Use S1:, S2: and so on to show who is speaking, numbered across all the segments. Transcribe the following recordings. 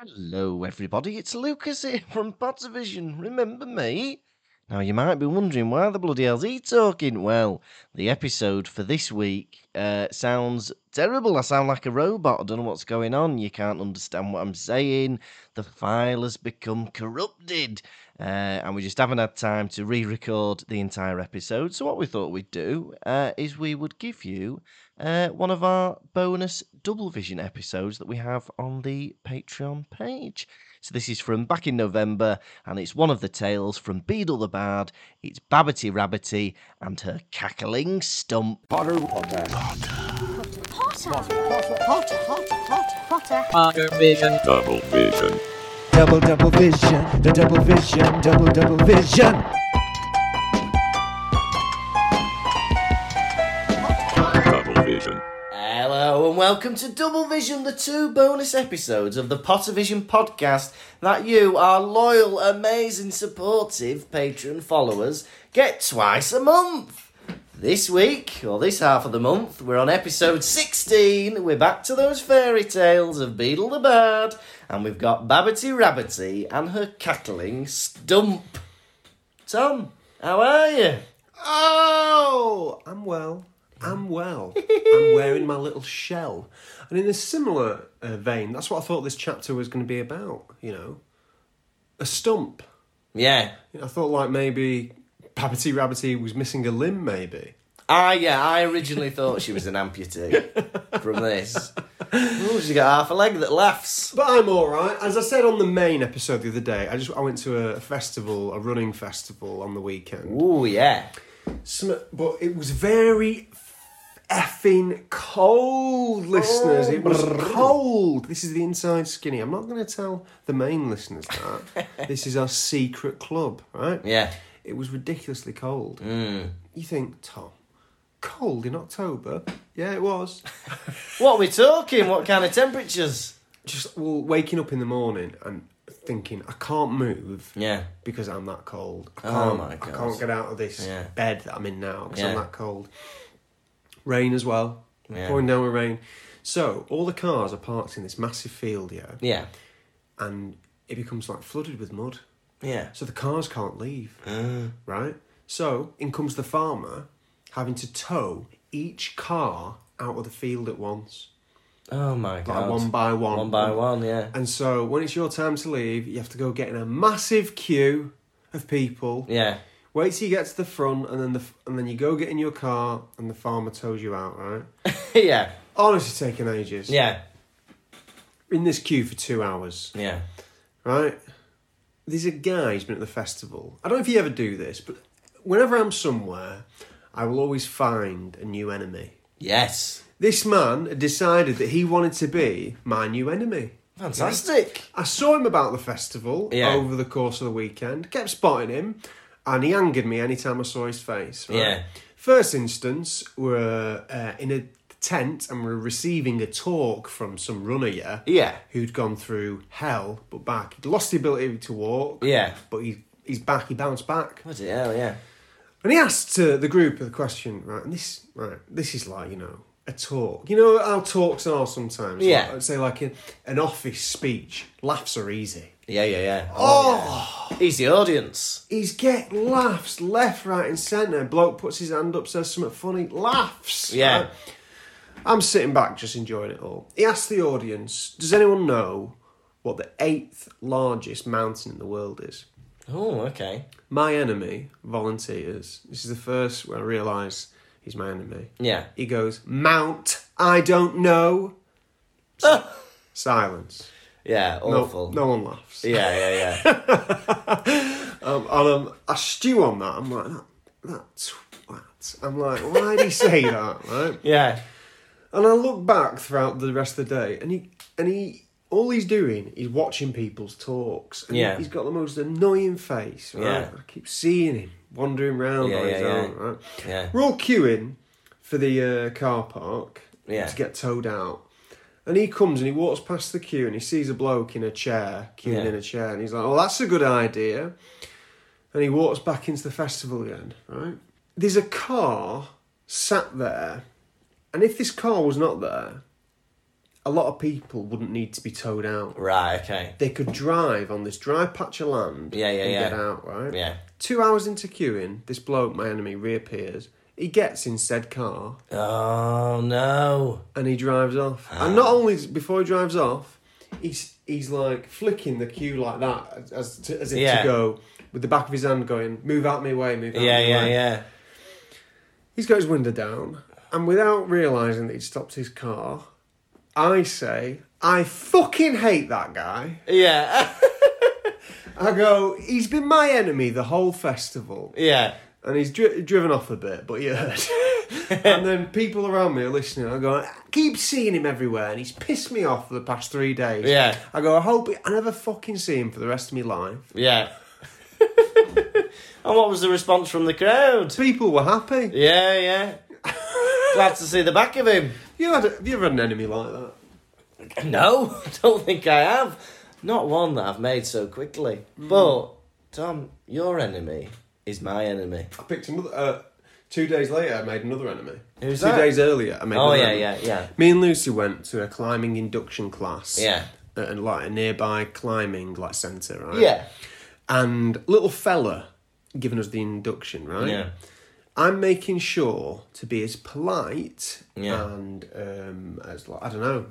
S1: Hello, everybody. It's Lucas here from Pottervision. Remember me? Now, you might be wondering why the bloody hell's he talking? Well, the episode for this week uh, sounds terrible. I sound like a robot. I don't know what's going on. You can't understand what I'm saying. The file has become corrupted. Uh, and we just haven't had time to re record the entire episode. So, what we thought we'd do uh, is we would give you uh, one of our bonus double vision episodes that we have on the Patreon page. So this is from back in November, and it's one of the tales from Beadle the Bard. It's Babbity Rabbity and her cackling stump.
S2: Potter Walker.
S3: Potter. Potter. Potter. Potter. Potter.
S4: Potter Vision.
S5: Double vision.
S6: Double double vision, the double vision, double double vision.
S5: Double vision.
S1: Hello and welcome to Double Vision, the two bonus episodes of the Potter Vision podcast that you, our loyal, amazing, supportive patron followers, get twice a month. This week, or this half of the month, we're on episode 16. We're back to those fairy tales of Beadle the Bird, and we've got Babbity Rabbity and her cackling stump. Tom, how are you?
S2: Oh, I'm well. I'm well. I'm wearing my little shell. And in a similar uh, vein, that's what I thought this chapter was going to be about, you know. A stump.
S1: Yeah,
S2: I thought, like, maybe Babbity Rabbity was missing a limb, maybe.
S1: Ah, yeah, I originally thought she was an amputee from this. Ooh, she's got half a leg that laughs.
S2: But I'm all right. As I said on the main episode the other day, I just I went to a festival, a running festival on the weekend.
S1: Ooh, yeah.
S2: Some, but it was very effing cold, listeners. it was cold. This is the inside skinny. I'm not going to tell the main listeners that. this is our secret club, right?
S1: Yeah.
S2: It was ridiculously cold. You think, Tom, cold in October? Yeah, it was.
S1: What are we talking? What kind of temperatures?
S2: Just well, waking up in the morning and thinking, I can't move.
S1: Yeah.
S2: because I'm that cold. I
S1: Oh
S2: can't,
S1: my
S2: I
S1: God.
S2: can't get out of this
S1: Yeah.
S2: bed that I'm in now because I'm
S1: Yeah.
S2: that cold. Rain as well.
S1: Yeah.
S2: Pouring down with rain. So all the cars are parked in this massive field here,
S1: Yeah.
S2: and it becomes like flooded with mud.
S1: Yeah.
S2: So the cars can't leave,
S1: Uh.
S2: right? So in comes the farmer, having to tow each car out of the field at once,
S1: Oh my
S2: like
S1: god.
S2: one by one.
S1: One by one, yeah.
S2: And so when it's your time to leave, you have to go get in a massive queue of people.
S1: Yeah.
S2: Wait till you get to the front, and then the and then you go get in your car, and the farmer tows you out. Right?
S1: yeah.
S2: Honestly, taking ages.
S1: Yeah.
S2: In this queue for two hours.
S1: Yeah.
S2: Right? There's a guy who's been at the festival. I don't know if you ever do this, but whenever I'm somewhere, I will always find a new enemy.
S1: Yes.
S2: This man had decided that he wanted to be my new enemy.
S1: Fantastic.
S2: I saw him about the festival
S1: Yeah.
S2: over the course of the weekend, kept spotting him, and he angered me anytime I saw his face. right?
S1: Yeah.
S2: First instance, we're uh, in a tent and we're receiving a talk from some runner, yeah?
S1: Yeah.
S2: Who'd gone through hell but back. He'd lost the ability to walk.
S1: Yeah.
S2: But he, he's back, he bounced back.
S1: What the hell, yeah.
S2: And he asked uh, the group the question, right? And this, right, this is like you know a talk. You know how talks are sometimes.
S1: Yeah.
S2: Like, I'd say like a, an office speech. Laughs are easy.
S1: Yeah, yeah, yeah. Oh, yeah. he's the audience.
S2: He's get laughs left, right, and centre. Bloke puts his hand up, says something funny, laughs.
S1: Yeah.
S2: right? I'm sitting back, just enjoying it all. He asked the audience, "Does anyone know what the eighth largest mountain in the world is?"
S1: Oh, okay.
S2: My enemy volunteers. This is the first where I realise he's my enemy.
S1: Yeah.
S2: He goes, Mount, I don't know. Silence.
S1: Yeah,
S2: No,
S1: awful.
S2: no one laughs.
S1: Yeah, yeah, yeah.
S2: Um, and um, I stew on that. I'm like, that, that twat. I'm like, why did he say that? Right?
S1: yeah.
S2: And I look back throughout the rest of the day, and he, and he, all he's doing is watching people's talks. And
S1: Yeah.
S2: He's got the most annoying face. Right?
S1: Yeah.
S2: I keep seeing him wandering round
S1: Yeah,
S2: on his
S1: yeah,
S2: own.
S1: yeah.
S2: Right?
S1: Yeah.
S2: We're all queuing for the uh, car park
S1: Yeah.
S2: to get towed out. And he comes and he walks past the queue and he sees a bloke in a chair, queuing
S1: Yeah.
S2: in a chair, and he's like, "Oh, that's a good idea." And he walks back into the festival again. Right? There's a car sat there, and if this car was not there, a lot of people wouldn't need to be towed out.
S1: Right, okay.
S2: They could drive on this dry patch of land
S1: Yeah, yeah,
S2: and
S1: yeah.
S2: get out, right?
S1: Yeah.
S2: Two hours into queuing, this bloke, my enemy, reappears. He gets in said car
S1: Oh, no.
S2: and he drives off. And not only is- before he drives off, he's he's like flicking the queue like that as to, as if
S1: Yeah.
S2: to go with the back of his hand going, "Move out my way, move out
S1: Yeah,
S2: my
S1: yeah,
S2: way."
S1: yeah.
S2: He's got his window down, and without realising that he'd stopped his car, I say, I fucking hate that guy.
S1: Yeah.
S2: I go, he's been my enemy the whole festival.
S1: yeah.
S2: And he's dri- driven off a bit, but you heard. and then people around me are listening. I go, I keep seeing him everywhere, and he's pissed me off for the past three days.
S1: Yeah.
S2: I go, I hope I never fucking see him for the rest of my life.
S1: Yeah. and what was the response from the crowd?
S2: People were happy.
S1: Yeah, yeah. Glad to see the back of him.
S2: You had, have you ever had an enemy like that?
S1: No, I don't think I have. Not one that I've made so quickly. But, Tom, your enemy is my enemy.
S2: I picked another. Uh, two days later, I made another enemy.
S1: Who's
S2: two
S1: that?
S2: days earlier, I made.
S1: Oh,
S2: another
S1: yeah,
S2: enemy.
S1: yeah, yeah.
S2: Me and Lucy went to a climbing induction class.
S1: Yeah.
S2: At, at, like a nearby climbing like centre, right?
S1: Yeah.
S2: And little fella giving us the induction, right?
S1: Yeah.
S2: I'm making sure to be as polite
S1: Yeah.
S2: and um, as like I don't know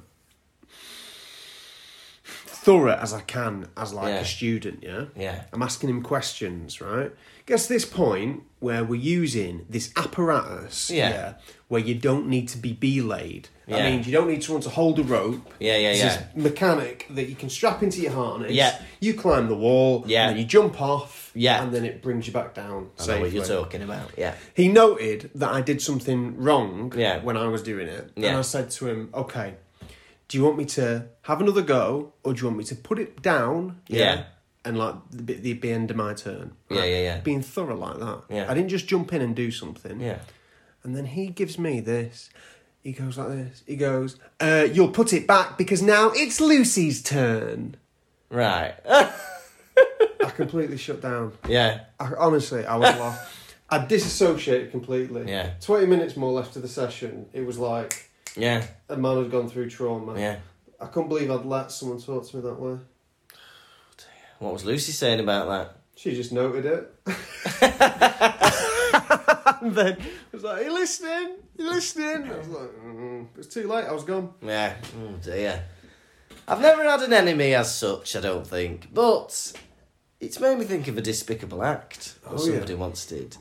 S2: thorough as I can as like
S1: Yeah.
S2: a student, yeah?
S1: Yeah.
S2: I'm asking him questions, right? Gets to this point where we're using this apparatus,
S1: Yeah.
S2: where you don't need to be belayed. That
S1: Yeah.
S2: means you don't need someone to hold a rope.
S1: Yeah, yeah,
S2: It's
S1: yeah.
S2: this mechanic that you can strap into your harness.
S1: Yeah.
S2: You climb the wall,
S1: Yeah.
S2: and then you jump off,
S1: Yeah.
S2: and then it brings you back down.
S1: I know what you're
S2: safely.
S1: talking about. Yeah.
S2: He noted that I did something wrong
S1: Yeah.
S2: when I was doing it. And
S1: Yeah.
S2: I said to him, okay, do you want me to have another go or do you want me to put it down?
S1: Yeah.
S2: And like the, bit- the, the end of my turn.
S1: Yeah,
S2: Like,
S1: yeah, yeah.
S2: Being thorough like that.
S1: Yeah.
S2: I didn't just jump in and do something.
S1: Yeah.
S2: And then he gives me this. He goes like this. He goes, uh, you'll put it back because now it's Lucy's turn.
S1: Right. Oh,
S2: I completely shut down.
S1: yeah.
S2: I, honestly, I was lost. I disassociated completely.
S1: Yeah.
S2: 20 minutes more left of the session. It was like
S1: Yeah.
S2: a man had gone through trauma.
S1: Yeah.
S2: I couldn't believe I'd let someone talk to me that way.
S1: What was Lucy saying about that?
S2: She just noted it. and then I was like, Are you listening? you listening? I was like, mm. It was too late. I was gone.
S1: Yeah. Oh dear. I've never had an enemy as such, I don't think. But it's made me think of a despicable act that
S2: Oh,
S1: somebody
S2: yeah.
S1: once did.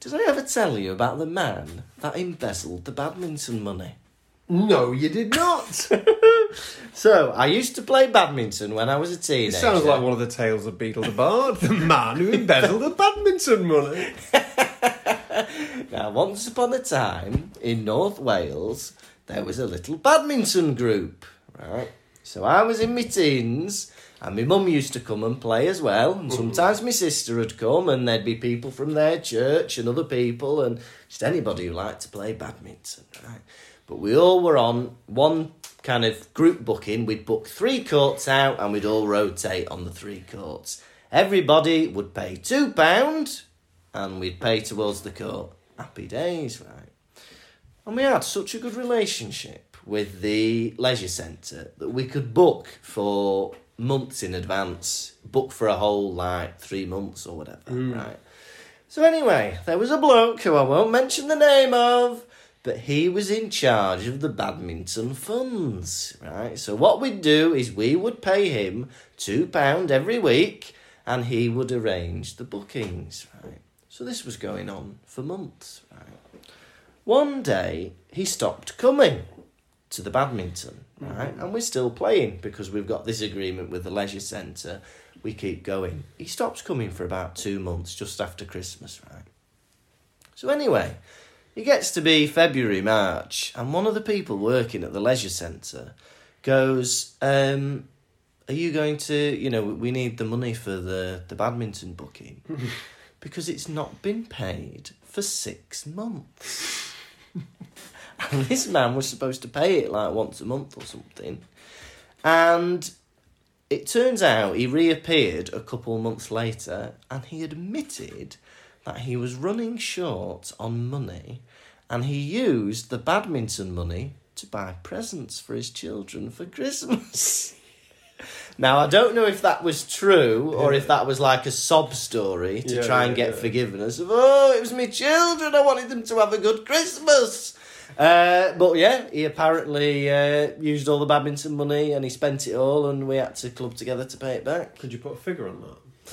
S1: Did I ever tell you about the man that embezzled the badminton money?
S2: No, you did not.
S1: So I used to play badminton when I was a
S2: it
S1: teenager.
S2: sounds like one of the tales of Beetle the Bard, the man who embezzled the badminton money.
S1: Now, once upon a time in North Wales, there was a little badminton group, right? So I was in my teens, and my mum used to come and play as well. And sometimes my sister would come, and there'd be people from their church and other people, and just anybody who liked to play badminton, right? But we all were on one kind of group booking. We'd book three courts out, and we'd all rotate on the three courts. Everybody would pay two pound, and we'd pay towards the court. Happy days, right? And we had such a good relationship with the leisure centre that we could book for months in advance, book for a whole like three months or whatever, right? So anyway, there was a bloke who I won't mention the name of, but he was in charge of the badminton funds, right? So what we'd do is we would pay him two pound every week, and he would arrange the bookings, right? So this was going on for months, right? One day he stopped coming to the badminton, right? And we're still playing because we've got this agreement with the leisure centre. We keep going. He stops coming for about two months just after Christmas, right? So anyway, it gets to be February, March, and one of the people working at the leisure centre goes, um, "Are you going to? You know, we need the money for the the badminton booking because it's not been paid for six months." and this man was supposed to pay it like once a month or something, and. It turns out he reappeared a couple months later and he admitted that he was running short on money and he used the badminton money to buy presents for his children for Christmas. Now I don't know if that was true or if that was like a sob story to
S2: Yeah,
S1: try and
S2: yeah,
S1: get
S2: yeah.
S1: forgiveness of oh it was my children I wanted them to have a good Christmas. Uh, but yeah, he apparently uh, used all the badminton money and he spent it all, and we had to club together to pay it back.
S2: Could you put a figure on that?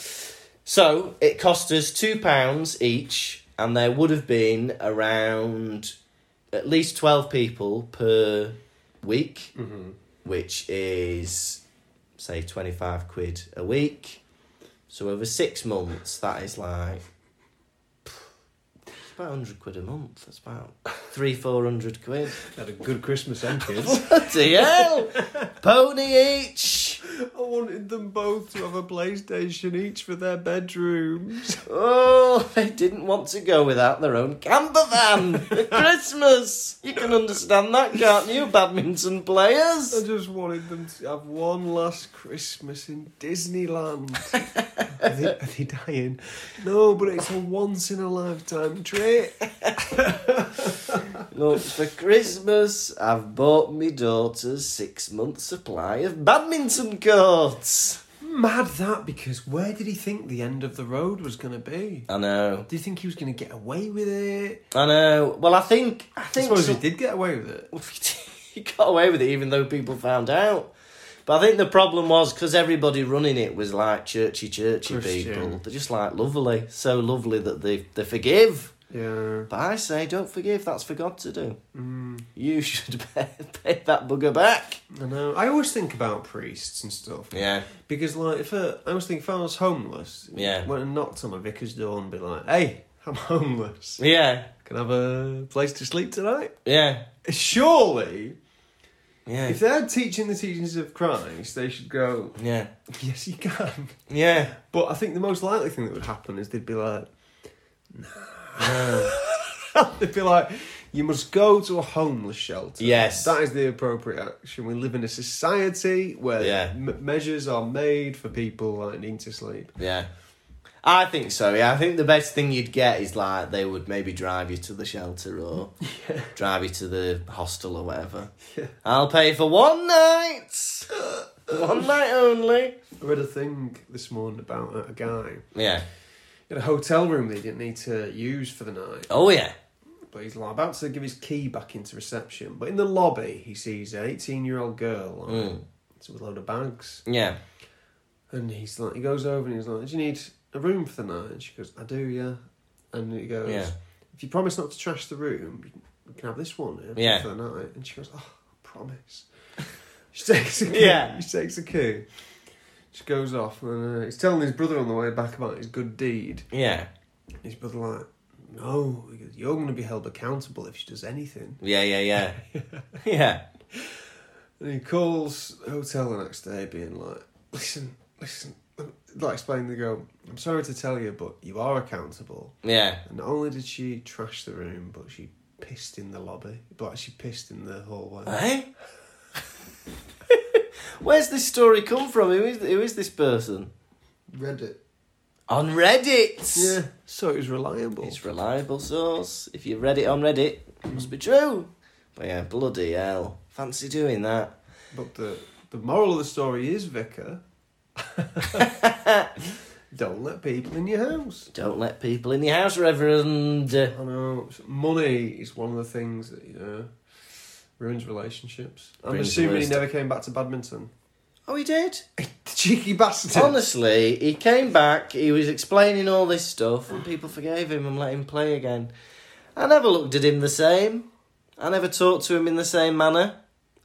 S1: So it cost us two pounds each, and there would have been around at least twelve people per week, which is say twenty five quid a week. So over six months, that is like it's about hundred quid a month. That's about three four hundred quid.
S2: Had a good Christmas and kids.
S1: Bloody hell! Pony each.
S2: I wanted them both to have a PlayStation each for their bedrooms.
S1: Oh, they didn't want to go without their own camper van at Christmas. You can understand that, can't you, badminton
S2: I
S1: players?
S2: just wanted them to have one last Christmas in Disneyland. are, they, are they dying? No, but it's a once in a lifetime trip.
S1: Look, for Christmas, I've bought me daughter's six month supply of badminton courts.
S2: Mad that because where did he think the end of the road was going to be?
S1: I know,
S2: Did he think he was going to get away with it?
S1: I know. Well, I think, I
S2: I
S1: think
S2: suppose
S1: so-
S2: he did get away with it.
S1: he got away with it even though people found out. But I think the problem was because everybody running it was like churchy, churchy
S2: Christian.
S1: people. They're just like lovely, so lovely that they they forgive.
S2: Yeah.
S1: But I say, don't forgive. That's for God to do. You should pay, pay that bugger back.
S2: Mm, I know. I always think about priests and stuff.
S1: Yeah.
S2: Because like, if uh, I was thinking, if I was homeless,
S1: Yeah.
S2: went and knocked on my vicar's door and be like, "Hey, I'm homeless.
S1: Yeah.
S2: Can I have a place to sleep tonight?"
S1: Yeah.
S2: Surely,
S1: Yeah.
S2: if they're teaching the teachings of Christ, they should go,
S1: yeah.
S2: "Yes, you can."
S1: Yeah.
S2: But I think the most likely thing that would happen is they'd be like, "Nah." they'd be like, "You must go to a homeless shelter."
S1: Yes.
S2: that is the appropriate action. We live in a society where
S1: Yeah.
S2: m- measures are made for people like needing to sleep.
S1: Yeah. I think so. Yeah, I think the best thing you'd get is like they would maybe drive you to the shelter or drive you to the hostel or whatever.
S2: Yeah.
S1: I'll pay for one night, one night only.
S2: I read a thing this morning about a- a guy
S1: Yeah.
S2: in a hotel room that he didn't need to use for the night,
S1: Oh yeah.
S2: but he's like about to give his key back into reception. But in the lobby, he sees an eighteen-year-old girl like,
S1: Hmm. Mm.
S2: with a load of bags,
S1: Yeah.
S2: and he's like, he goes over and he's like, "Do you need a room for the night?" And she goes, "I do, yeah." And he goes,
S1: Yeah.
S2: "If you promise not to trash the room, you can- you can have this one yeah,
S1: Yeah.
S2: for the night." And she goes, "Oh, I promise." she takes a key.
S1: Yeah.
S2: She takes a key. She goes off, and uh, he's telling his brother on the way back about his good deed.
S1: Yeah.
S2: His brother like, no, he goes, you're going to be held accountable if she does anything.
S1: Yeah. Yeah. Yeah. yeah.
S2: And he calls the hotel the next day, being like, listen, listen, like explaining. They go, I'm sorry to tell you, but you are accountable.
S1: Yeah.
S2: And not only did she trash the room, but she pissed in the lobby, but she pissed in the hallway.
S1: Eh? Where's this story come from? Who is, who is this person?
S2: Read it.
S1: On Reddit!
S2: Yeah, so it was reliable.
S1: It's reliable source. If you read it on Reddit, it must be true. But yeah, bloody hell. Fancy doing that.
S2: But the the moral of the story is, Vicar. Don't let people in your house.
S1: Don't let people in your house, Reverend.
S2: I know money is one of the things that you know ruins relationships. I'm
S1: Brings the
S2: assuming he
S1: worst.
S2: never came back to badminton.
S1: Oh, he did?
S2: The cheeky bastard.
S1: Honestly, he came back, he was explaining all this stuff, and people forgave him and let him play again. I never looked at him the same. I never talked to him in the same manner.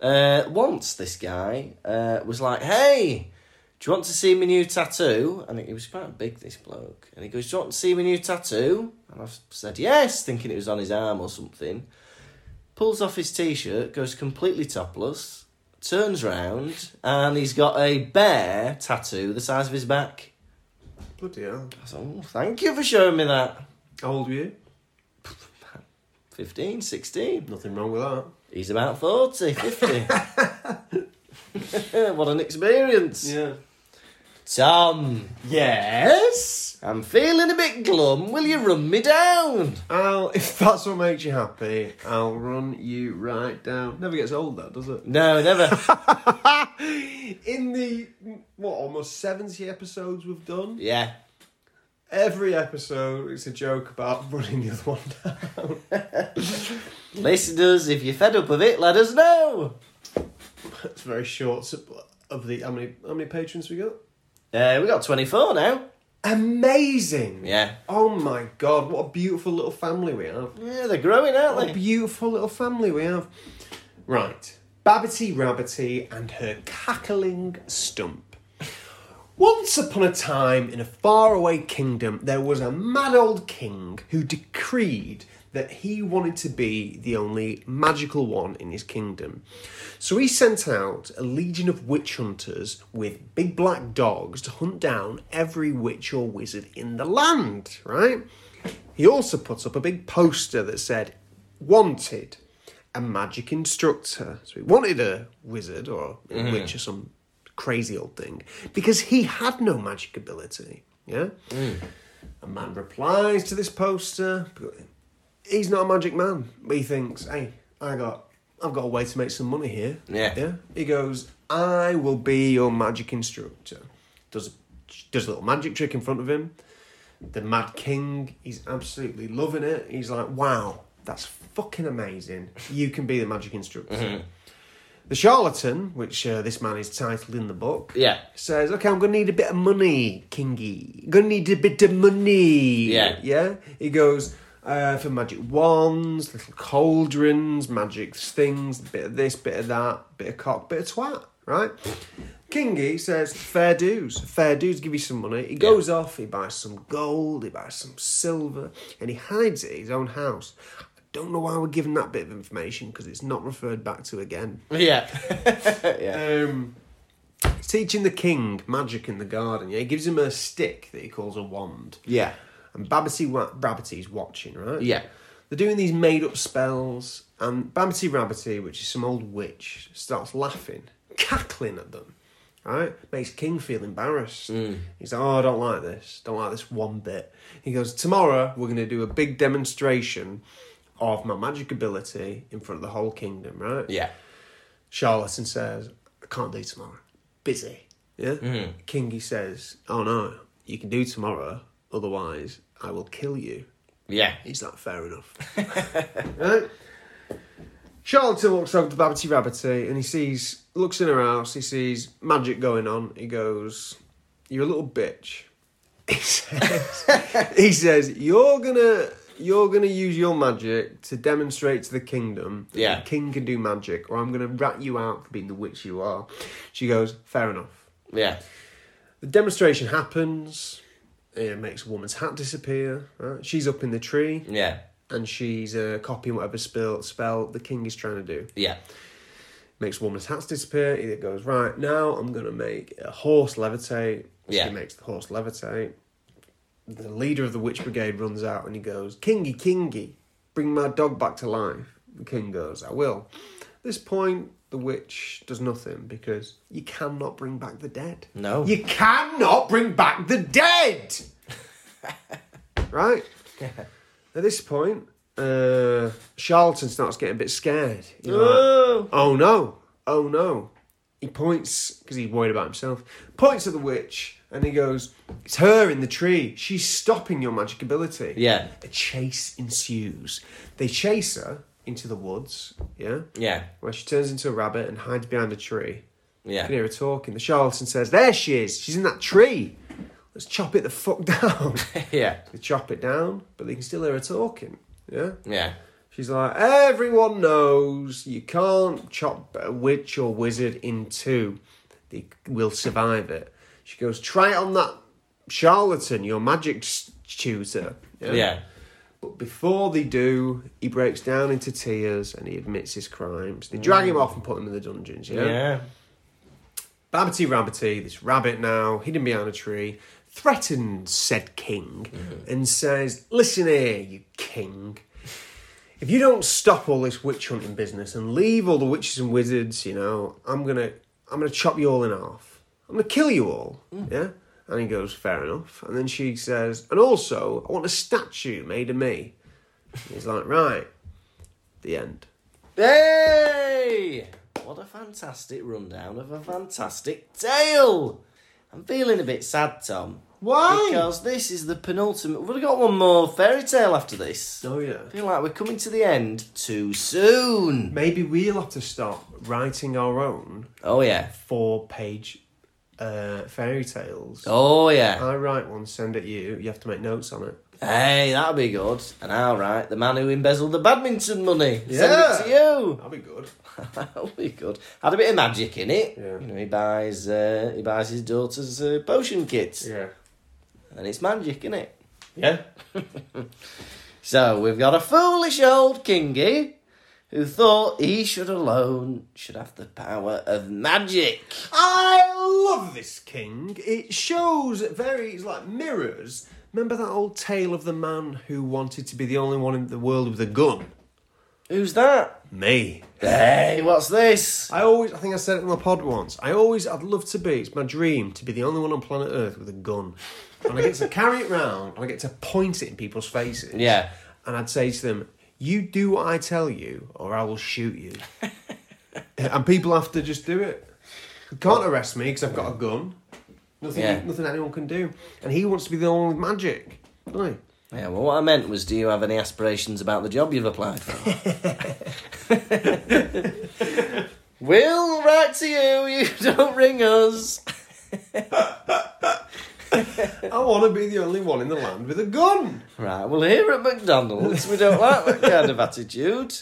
S1: Uh, once this guy uh, was like, Hey, do you want to see my new tattoo? And he was quite big, this bloke. And he goes, Do you want to see my new tattoo? And I said, Yes, thinking it was on his arm or something. Pulls off his t shirt, goes completely topless, turns round, and he's got a bear tattoo the size of his back.
S2: Bloody hell.
S1: I said, oh, Thank you for showing me that.
S2: How old were you?
S1: 15, 16.
S2: Nothing wrong with that.
S1: He's about 40, 50. what an experience.
S2: Yeah.
S1: Tom,
S2: Yes.
S1: I'm feeling a bit glum. Will you run me down?
S2: I'll, if that's what makes you happy, I'll run you right down. Never gets old, that does it?
S1: No, never.
S2: In the what almost seventy episodes we've done,
S1: yeah.
S2: every episode it's a joke about running the other one down.
S1: Listeners, if you're fed up of it, let us know.
S2: It's very short sup- of the how many how many patrons we got.
S1: Uh, we got 24 now.
S2: Amazing!
S1: Yeah.
S2: Oh my god, what a beautiful little family we have.
S1: Yeah, they're growing, aren't
S2: What a
S1: they?
S2: beautiful little family we have. Right. Babbity Rabbity and her cackling stump. Once upon a time in a faraway kingdom, there was a mad old king who decreed that he wanted to be the only magical one in his kingdom. So he sent out a legion of witch hunters with big black dogs to hunt down every witch or wizard in the land, right? He also put up a big poster that said, Wanted a magic instructor. So he wanted a wizard or a witch or some crazy old thing because he had no magic ability. Yeah? A man replies to this poster. but He's not a magic man, but he thinks, hey, I got. I've got a way to make some money here.
S1: Yeah.
S2: Yeah. He goes, I will be your magic instructor. Does does a little magic trick in front of him the Mad King. He's absolutely loving it. He's like, wow, that's fucking amazing. You can be the magic instructor. The charlatan, which uh, this man is titled in the book,
S1: Yeah.
S2: says, "Okay, I'm gonna need a bit of money, Kingy. Gonna need a bit of money."
S1: Yeah.
S2: yeah. He goes uh, for magic wands, little cauldrons, magic things, bit of this, bit of that, bit of cock, bit of twat. Right. Kingy says, "Fair dues, fair dues. Give you some money." He goes off. He buys some gold. He buys some silver, and he hides it at his own house. I Don't know why we're given that bit of information because it's not referred back to again.
S1: Yeah.
S2: Um, he's teaching the king magic in the garden. Yeah, he gives him a stick that he calls a wand.
S1: yeah.
S2: And Babbity Wa- Rabbity's watching, right?
S1: Yeah.
S2: They're doing these made up spells, and Babbity Rabbity, which is some old witch, starts laughing, cackling at them. Right? Makes King feel embarrassed. He's like, Oh, I don't like this. Don't like this one bit. He goes, Tomorrow we're gonna do a big demonstration of my magic ability in front of the whole kingdom, right?
S1: Yeah.
S2: Charlatan says, I can't do tomorrow. Busy. Yeah? Kingy says, Oh no, you can do tomorrow, otherwise I will kill you.
S1: Yeah.
S2: Is that fair enough? right? Charlatan walks over to Babbity Rabbity and he sees, looks in her house, he sees magic going on. He goes, You're a little bitch. He says, he says You're gonna. You're gonna use your magic to demonstrate to the kingdom that
S1: Yeah.
S2: the king can do magic, or I'm gonna rat you out for being the witch you are. She goes, fair enough.
S1: Yeah.
S2: The demonstration happens. It makes a woman's hat disappear. Right? She's up in the tree
S1: Yeah.
S2: and she's uh, copying whatever spell, spell the king is trying to do.
S1: Yeah.
S2: Makes woman's hats disappear. It goes right now. I'm gonna make a horse levitate.
S1: Yeah.
S2: She makes the horse levitate. The leader of the witch brigade runs out and he goes, "Kingy, Kingy, bring my dog back to life." The king goes, "I will." At this point, the witch does nothing because you cannot bring back the dead.
S1: No.
S2: you cannot bring back the dead. right. At this point, uh, Charlton starts getting a bit scared. He's like,
S1: Oh.
S2: oh no, oh no. He points, because he's worried about himself, points at the witch and he goes, It's her in the tree. She's stopping your magic ability.
S1: Yeah.
S2: A chase ensues. They chase her into the woods, yeah?
S1: Yeah.
S2: Where she turns into a rabbit and hides behind a tree. You can
S1: Yeah.
S2: hear her talking. The charlatan says, There she is. She's in that tree. Let's chop it the fuck down.
S1: Yeah.
S2: They chop it down, but they can still hear her talking. Yeah?
S1: Yeah.
S2: She's like, everyone knows you can't chop a witch or wizard in two. They will survive it. She goes, try it on that charlatan, your magic s- tutor.
S1: Yeah.
S2: But before they do, he breaks down into tears and he admits his crimes. They drag him off and put him in the dungeons. Yeah.
S1: Yeah.
S2: Babbity Rabbity, this rabbit now, hidden behind a tree, threatens said king and says, Listen here, you king. If you don't stop all this witch hunting business and leave all the witches and wizards, you know, I'm gonna I'm gonna chop you all in half. I'm going to kill you all. Yeah? And he goes, Fair enough. And then she says, And also, I want a statue made of me. And he's like, Right. The end.
S1: Hey! What a fantastic rundown of a fantastic tale! I'm feeling a bit sad, Tom.
S2: Why?
S1: Because this is the penultimate. We've got one more fairy tale after this.
S2: Oh, yeah.
S1: I feel like we're coming to the end too soon.
S2: Maybe we'll have to start writing our own
S1: Oh, yeah.
S2: four page uh, fairy tales.
S1: Oh, yeah.
S2: I write one, send it you. You have to make notes on it.
S1: Hey, that'll be good. And all right, the man who embezzled the badminton money. Send
S2: Yeah.
S1: it to you.
S2: That'd be good.
S1: That'll be good. Had a bit of magic in it.
S2: Yeah.
S1: You know, he buys uh, he buys his daughter's uh, potion kits.
S2: Yeah.
S1: And it's magic, isn't it?
S2: Yeah.
S1: So we've got a foolish old kingy who thought he should alone should have the power of magic.
S2: I love this king. It shows very, it's like mirrors. Remember that old tale of the man who wanted to be the only one in the world with a gun?
S1: Who's that?
S2: Me.
S1: Hey, what's this?
S2: I always, I think I said it on the pod once. I always, I'd love to be, it's my dream to be the only one on planet Earth with a gun. And I get to carry it round and I get to point it in people's faces.
S1: Yeah.
S2: And I'd say to them, you do what I tell you or I will shoot you. and people have to just do it. You can't arrest me because I've got a gun. Nothing,
S1: Yeah.
S2: nothing anyone can do. And he wants to be the only magic. Doesn't he?
S1: Yeah, well, what I meant was, do you have any aspirations about the job you've applied for? we'll write to you. You don't ring us.
S2: I want to be the only one in the land with a gun.
S1: Right. Well, here at McDonald's, we don't like that kind of attitude.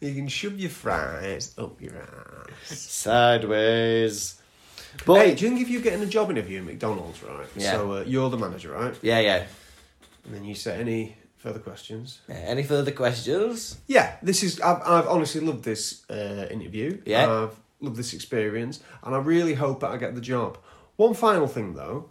S2: You can shove your fries up your ass.
S1: Sideways. But
S2: Hey, do you think if you're getting a job interview at McDonald's, right?
S1: Yeah.
S2: So uh, you're the manager, right?
S1: yeah, yeah.
S2: And then you say, any further questions?
S1: Yeah, Any further questions?
S2: Yeah, this is. I've, I've honestly loved this uh, interview.
S1: Yeah.
S2: I've loved this experience, and I really hope that I get the job. One final thing, though,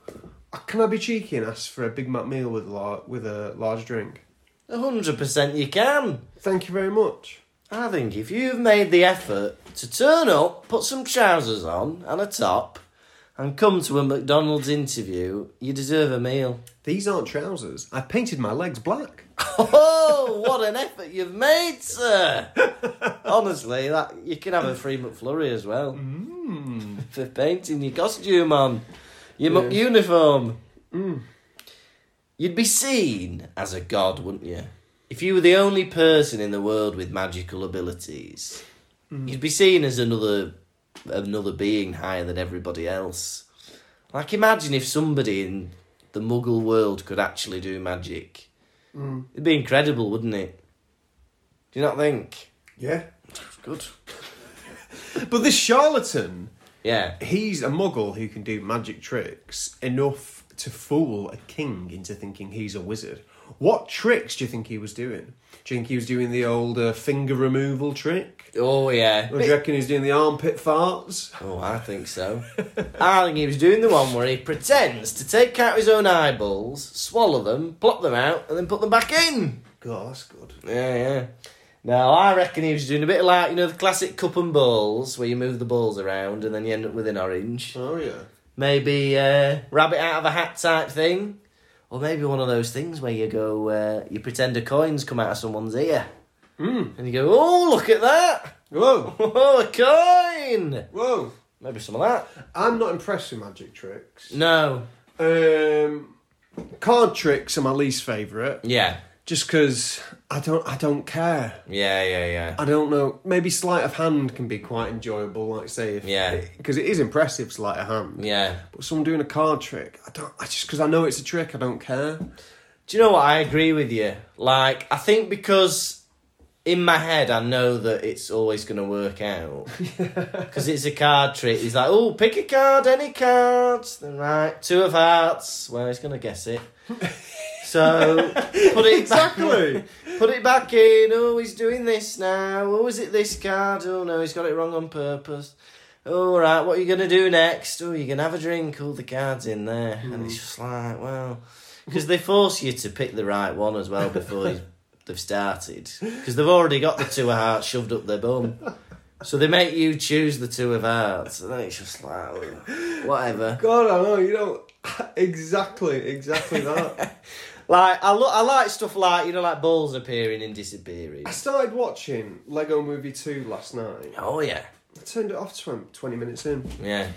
S2: can I be cheeky and ask for a Big Mac meal with a lar- with a large drink?
S1: A hundred percent, you can.
S2: Thank you very much.
S1: I think if you've made the effort to turn up, put some trousers on and a top, and come to a McDonald's interview, you deserve a meal.
S2: These aren't trousers. I painted my legs black.
S1: Oh, what an effort you've made, sir! Honestly, that you can have a free McFlurry as well for painting your costume on, your Mc uniform. You'd be seen as a god, wouldn't you? If you were the only person in the world with magical abilities, you'd be seen as another another being higher than everybody else. Like, imagine if somebody in the Muggle world could actually do magic. It'd be incredible, wouldn't it? Do you not think?
S2: Yeah.
S1: Good.
S2: But this charlatan,
S1: Yeah.
S2: he's a muggle who can do magic tricks enough to fool a king into thinking he's a wizard. What tricks do you think he was doing? Do you think he was doing the old uh, finger removal trick?
S1: Oh yeah.
S2: Or do you reckon he's doing the armpit farts?
S1: Oh, I think so. I think he was doing the one where he pretends to take out his own eyeballs, swallow them, plop them out, and then put them back in.
S2: God, that's good.
S1: Yeah, yeah. Now I reckon he was doing a bit like you know the classic cup and balls where you move the balls around and then you end up with an orange.
S2: Oh yeah.
S1: Maybe uh, rabbit out of a hat type thing, or maybe one of those things where you go uh, you pretend a coin's come out of someone's ear, mm. and you go, oh look at that,
S2: Whoa,
S1: oh a coin.
S2: whoa!
S1: Maybe some of that.
S2: I'm not impressed with magic tricks.
S1: No.
S2: Um, card tricks are my least favourite,
S1: Yeah.
S2: just because I don't, I don't care.
S1: Yeah, yeah, yeah.
S2: I don't know. Maybe sleight of hand can be quite enjoyable, like say, if,
S1: Yeah.
S2: because it is impressive sleight of hand.
S1: Yeah.
S2: But someone doing a card trick, I don't. I just because I know it's a trick, I don't care.
S1: Do you know what? I agree with you. Like, I think because in my head I know that it's always going to work out. Because it's a card trick. He's like, oh, pick a card, any card. Then, right, two of hearts. Well, he's going to guess it. So, put it
S2: Exactly.
S1: Back, put it back in. Oh, he's doing this now. Oh, is it this card? Oh, no, he's got it wrong on purpose. All right, what are you going to do next? Oh, you're going to have a drink. All the cards in there. And it's just like, well. Because they force you to pick the right one as well before you, they've started. Because they've already got the two of hearts shoved up their bum. So they make you choose the two of hearts, and then it's just like, oh, whatever.
S2: God, I know, you don't. exactly, exactly that.
S1: Like I look, I like stuff like you know, like balls appearing and disappearing.
S2: I started watching Lego Movie 2 last night.
S1: Oh yeah,
S2: I turned it off 20 20 minutes in.
S1: yeah,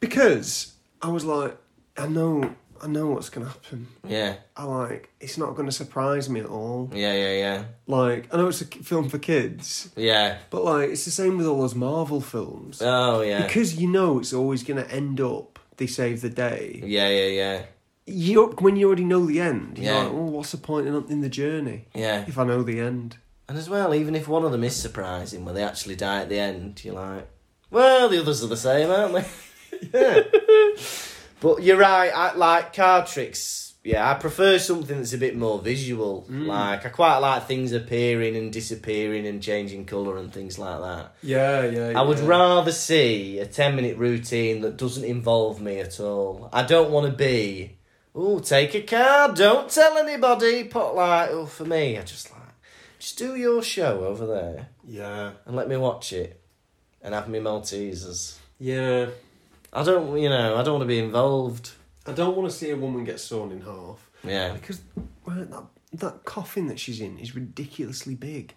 S2: Because I was like, I know, I know what's going to happen.
S1: yeah,
S2: I like, it's not going to surprise me at all.
S1: yeah, yeah, yeah,
S2: Like, I know it's a k- film for kids,
S1: yeah.
S2: but like, it's the same with all those Marvel films.
S1: Oh yeah,
S2: Because you know it's always going to end up, they save the day.
S1: yeah, yeah, yeah,
S2: You When you already know the end, you're
S1: Yeah.
S2: like, well, what's the point in, in the journey
S1: yeah.
S2: if I know the end?
S1: And as well, even if one of them is surprising, when they actually die at the end, you're like, well, the others are the same, aren't they?
S2: Yeah.
S1: But you're right. I like card tricks. Yeah, I prefer something that's a bit more visual. Like I quite like things appearing and disappearing and changing colour and things like that.
S2: yeah, yeah,
S1: I would rather see a ten minute routine that doesn't involve me at all. I don't want to be. Oh, take a card. Don't tell anybody. Put like oh for me. I just like just do your show over there
S2: Yeah.
S1: and let me watch it and have me Maltesers.
S2: Yeah.
S1: I don't. You know. I don't want to be involved.
S2: I don't want to see a woman get sawn in half.
S1: Yeah.
S2: Because well, that, that coffin that she's in is ridiculously big.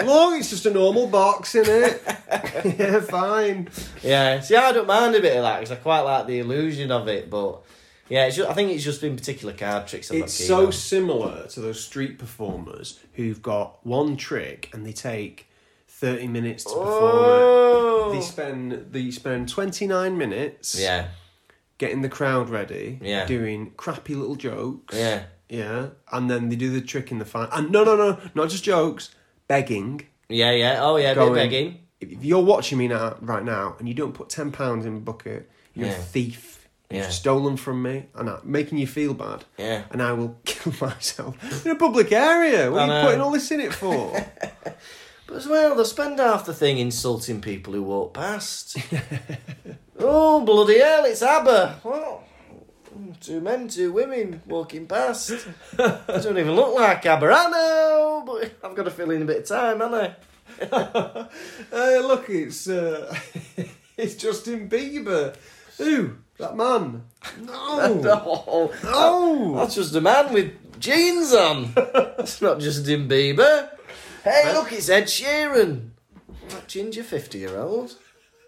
S2: Look, it's just a normal box, in it? yeah, fine.
S1: Yeah, see, I don't mind a bit of that because I quite like the illusion of it, but yeah, it's just, I think it's just been particular card tricks. I'm not
S2: It's
S1: keen
S2: so
S1: on.
S2: similar to those street performers who've got one trick and they take 30 minutes to perform it. They
S1: Oh.
S2: spend, they spend 29 minutes
S1: Yeah,
S2: getting the crowd ready,
S1: Yeah.
S2: doing crappy little jokes.
S1: yeah,
S2: Yeah. And then they do the trick in the final. And no, no, no, not just jokes, begging.
S1: yeah, yeah. Oh yeah,
S2: going,
S1: bit begging.
S2: If if you're watching me now, right now, and you don't put ten pounds in a bucket, you're a
S1: Yeah.
S2: thief.
S1: Yeah.
S2: You've stolen from me, and I'm making you feel bad.
S1: Yeah.
S2: And I will kill myself in a public area. What
S1: I
S2: are you
S1: know.
S2: putting all this in it for?
S1: But as well, they'll spend half the thing insulting people who walk past. oh bloody hell! It's ABBA. What? Two men, two women walking past. They don't even look like ABBA. I know, but I've got to fill in a bit of time, haven't I?
S2: Hey, look, it's uh, it's Justin Bieber. Ooh, that man. No.
S1: No.
S2: Oh.
S1: That's just a man with jeans on. That's not Justin Bieber. Hey, look, it's Ed Sheeran. That ginger 50 year old.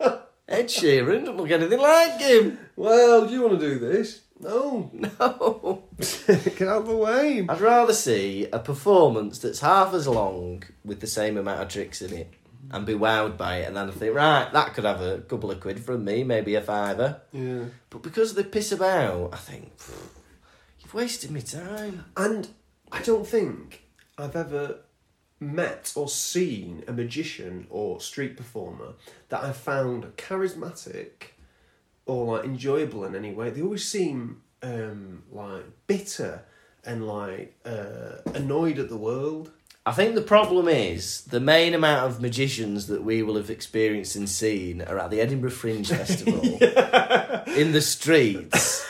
S1: Ed Sheeran doesn't look anything like him.
S2: Well, do you want to do this? No.
S1: No.
S2: Get out of the way.
S1: I'd rather see a performance that's half as long with the same amount of tricks in it and be wowed by it and then I think, right, that could have a couple of quid from me, maybe a fiver.
S2: Yeah.
S1: But because they piss about, I think, "Pfft, you've wasted me time.
S2: And I don't think I've ever met or seen a magician or street performer that I found charismatic or like enjoyable in any way. They always seem um, like bitter and like uh, annoyed at the world.
S1: I think the problem is the main amount of magicians that we will have experienced and seen are at the Edinburgh Fringe Festival in the streets.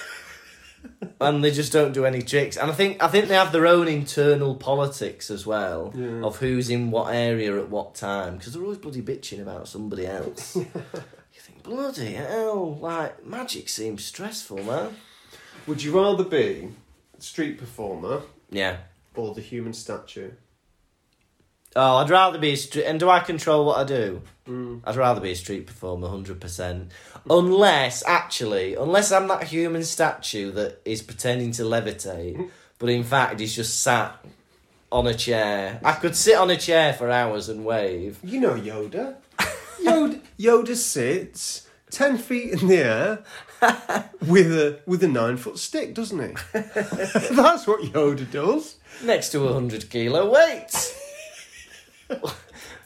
S1: and they just don't do any tricks. And I think I think they have their own internal politics as well of who's in what area at what time because they're always bloody bitching about somebody else. you think bloody hell, like magic seems stressful, man.
S2: Would you rather be a street performer
S1: Yeah.
S2: or the human statue?
S1: Oh, I'd rather be a street. And do I control what I do? I'd rather be a street performer, hundred percent. Unless, actually, unless I'm that human statue that is pretending to levitate, but in fact is just sat on a chair. I could sit on a chair for hours and wave.
S2: You know Yoda. Yoda, Yoda sits ten feet in the air with a with a nine foot stick, doesn't he? That's what Yoda does.
S1: next to a 100 kilo weight.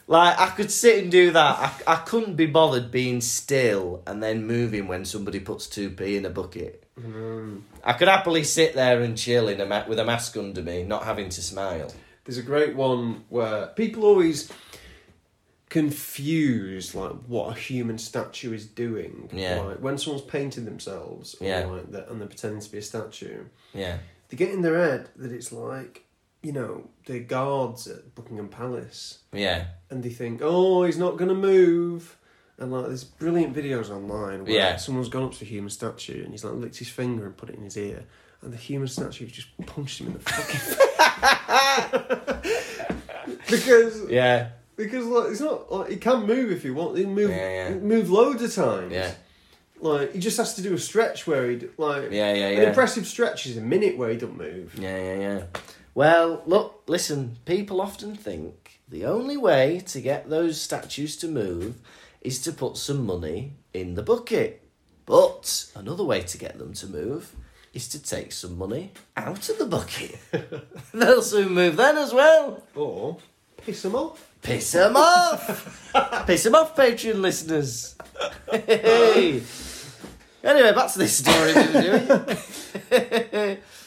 S1: like, I could sit and do that. I, I couldn't be bothered being still and then moving when somebody puts 2p in a bucket. I could happily sit there and chill in a ma- with a mask under me, not having to smile.
S2: There's a great one where people always confuse like what a human statue is doing.
S1: Yeah.
S2: Like when someone's painting themselves, or
S1: Yeah.
S2: like that, and they're pretending to be a statue.
S1: Yeah.
S2: they get in their head that it's like you know, the guards at Buckingham Palace
S1: Yeah.
S2: and they think, oh, he's not going to move. And like, there's brilliant videos online where
S1: Yeah.
S2: someone's gone up to a human statue and he's like licked his finger and put it in his ear, and the human statue just punched him in the fucking face. because
S1: Yeah.
S2: because like it's not like he can move if he wants. He can move
S1: Yeah, yeah.
S2: move loads of times.
S1: Yeah.
S2: Like he just has to do a stretch where he'd like
S1: Yeah, yeah,
S2: an
S1: yeah.
S2: impressive stretch is a minute where he don't move.
S1: Yeah, yeah, yeah. Well, look, listen, people often think the only way to get those statues to move is to put some money in the bucket. But another way to get them to move is to take some money out of the bucket. They'll soon move then as well.
S2: Or piss him off.
S1: Piss them off! Piss them off, Patreon listeners! Hey. Anyway, back to this story we were doing.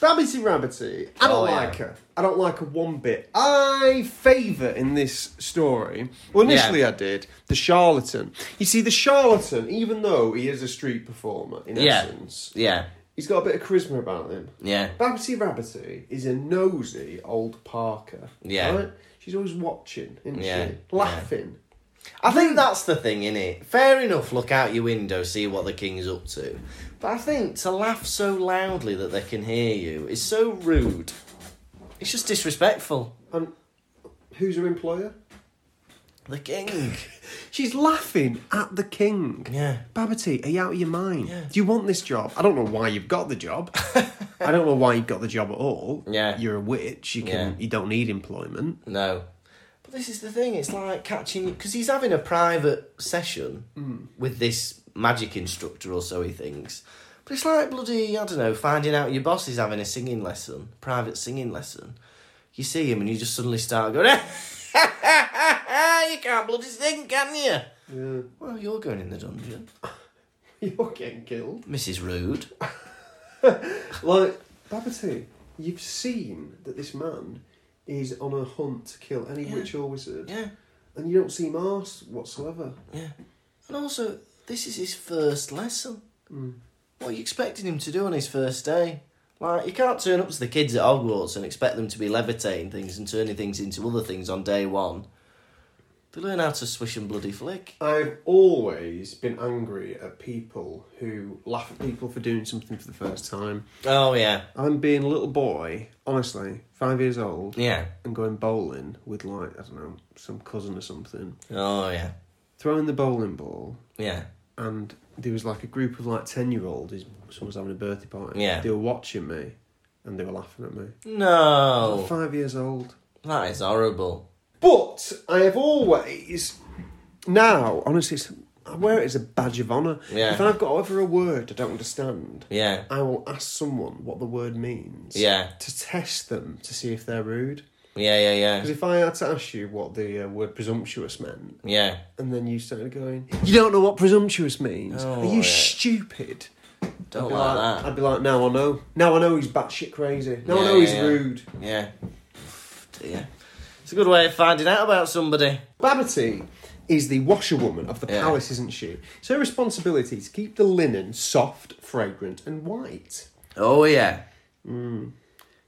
S2: Rabbity Rabbity. I don't
S1: Oh, yeah.
S2: like her. I don't like her one bit. I favour in this story. Well, initially
S1: Yeah.
S2: I did the charlatan. You see, the charlatan, even though he is a street performer in
S1: Yeah.
S2: essence,
S1: Yeah,
S2: he's got a bit of charisma about him.
S1: yeah.
S2: Babbity Rabbity is a nosy old Parker.
S1: Yeah.
S2: right? she's always watching, isn't
S1: Yeah,
S2: she? Laughing.
S1: I think that's the thing, innit? Fair enough, look out your window, see what the king's up to. But I think to laugh so loudly that they can hear you is so rude. It's just disrespectful.
S2: And who's her employer?
S1: The king.
S2: She's laughing at the king.
S1: Yeah.
S2: Babbity, are you out of your mind?
S1: Yeah.
S2: Do you want this job? I don't know why you've got the job. I don't know why you've got the job at all.
S1: Yeah.
S2: You're a witch. You can.
S1: Yeah.
S2: You don't need employment.
S1: No. But this is the thing, it's like catching you. Because he's having a private session with this magic instructor, or so he thinks. But it's like bloody, I don't know, finding out your boss is having a singing lesson, private singing lesson. You see him and you just suddenly start going, You can't bloody sing, can you?
S2: Yeah.
S1: Well, you're going in the dungeon.
S2: You're getting killed.
S1: Mrs. Rude.
S2: Like Babbity, you've seen that this man is on a hunt to kill any witch or wizard.
S1: Yeah,
S2: And you don't seem arsed whatsoever.
S1: yeah. And also, this is his first lesson. What are you expecting him to do on his first day? Like, you can't turn up to the kids at Hogwarts and expect them to be levitating things and turning things into other things on day one. They learn how to swish and bloody flick.
S2: I've always been angry at people who laugh at people for doing something for the first time.
S1: Oh, yeah.
S2: I'm being a little boy, honestly, five years old,
S1: Yeah.
S2: and going bowling with like I don't know some cousin or something,
S1: Oh, yeah.
S2: throwing the bowling ball,
S1: Yeah.
S2: and there was like a group of like ten year olds. Someone was having a birthday party.
S1: Yeah.
S2: they were watching me, and they were laughing at me. I'm
S1: No.
S2: Five years old.
S1: That is horrible.
S2: But I have always now, honestly, it's, I wear it as a badge of honour.
S1: Yeah.
S2: If I've got ever a word I don't understand,
S1: Yeah.
S2: I will ask someone what the word means.
S1: Yeah.
S2: To test them to see if they're rude.
S1: Yeah, yeah, yeah.
S2: Because if I had to ask you what the uh, word presumptuous meant,
S1: Yeah.
S2: and then you started going, you don't know what presumptuous means.
S1: Oh,
S2: Are you
S1: yeah.
S2: stupid?
S1: Don't
S2: I'd be
S1: like that.
S2: I'd be like, now I know. Now I know he's batshit crazy. Now I
S1: Yeah,
S2: know he's
S1: yeah, yeah.
S2: rude.
S1: Yeah. Yeah. It's a good way of finding out about somebody.
S2: Babbity is the washerwoman of the
S1: Yeah.
S2: palace, isn't she? It's her responsibility to keep the linen soft, fragrant, and white.
S1: Oh yeah. Hmm.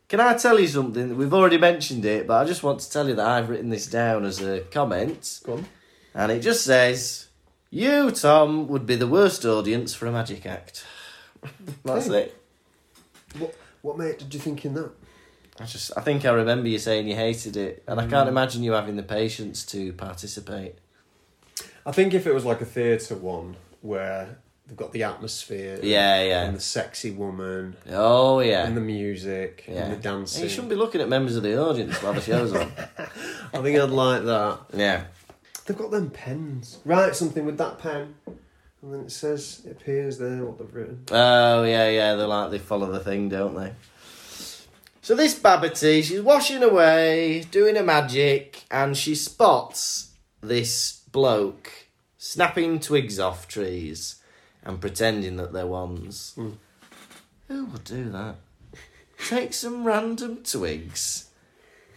S1: Can I tell you something? We've already mentioned it, but I just want to tell you that I've written this down as a comment,
S2: Go on.
S1: and it just says, "You, Tom, would be the worst audience for a magic act." That's
S2: Hey.
S1: it.
S2: What, what mate did you think in that?
S1: I just, I think I remember you saying you hated it, and I can't
S2: Hmm.
S1: imagine you having the patience to participate.
S2: I think if it was like a theatre one where they've got the atmosphere,
S1: Yeah, yeah.
S2: and the sexy woman,
S1: Oh yeah.
S2: and the music,
S1: yeah.
S2: and the dancing,
S1: You shouldn't be looking at members of the audience while the show's on.
S2: I think I'd like that.
S1: Yeah.
S2: They've got them pens. Write something with that pen, and then it says it appears there what they've written.
S1: Oh yeah, yeah, they like they follow the thing, don't they? So this Babbity, she's washing away, doing her magic, and she spots this bloke snapping twigs off trees and pretending that they're wands. Who would do that? Take some random twigs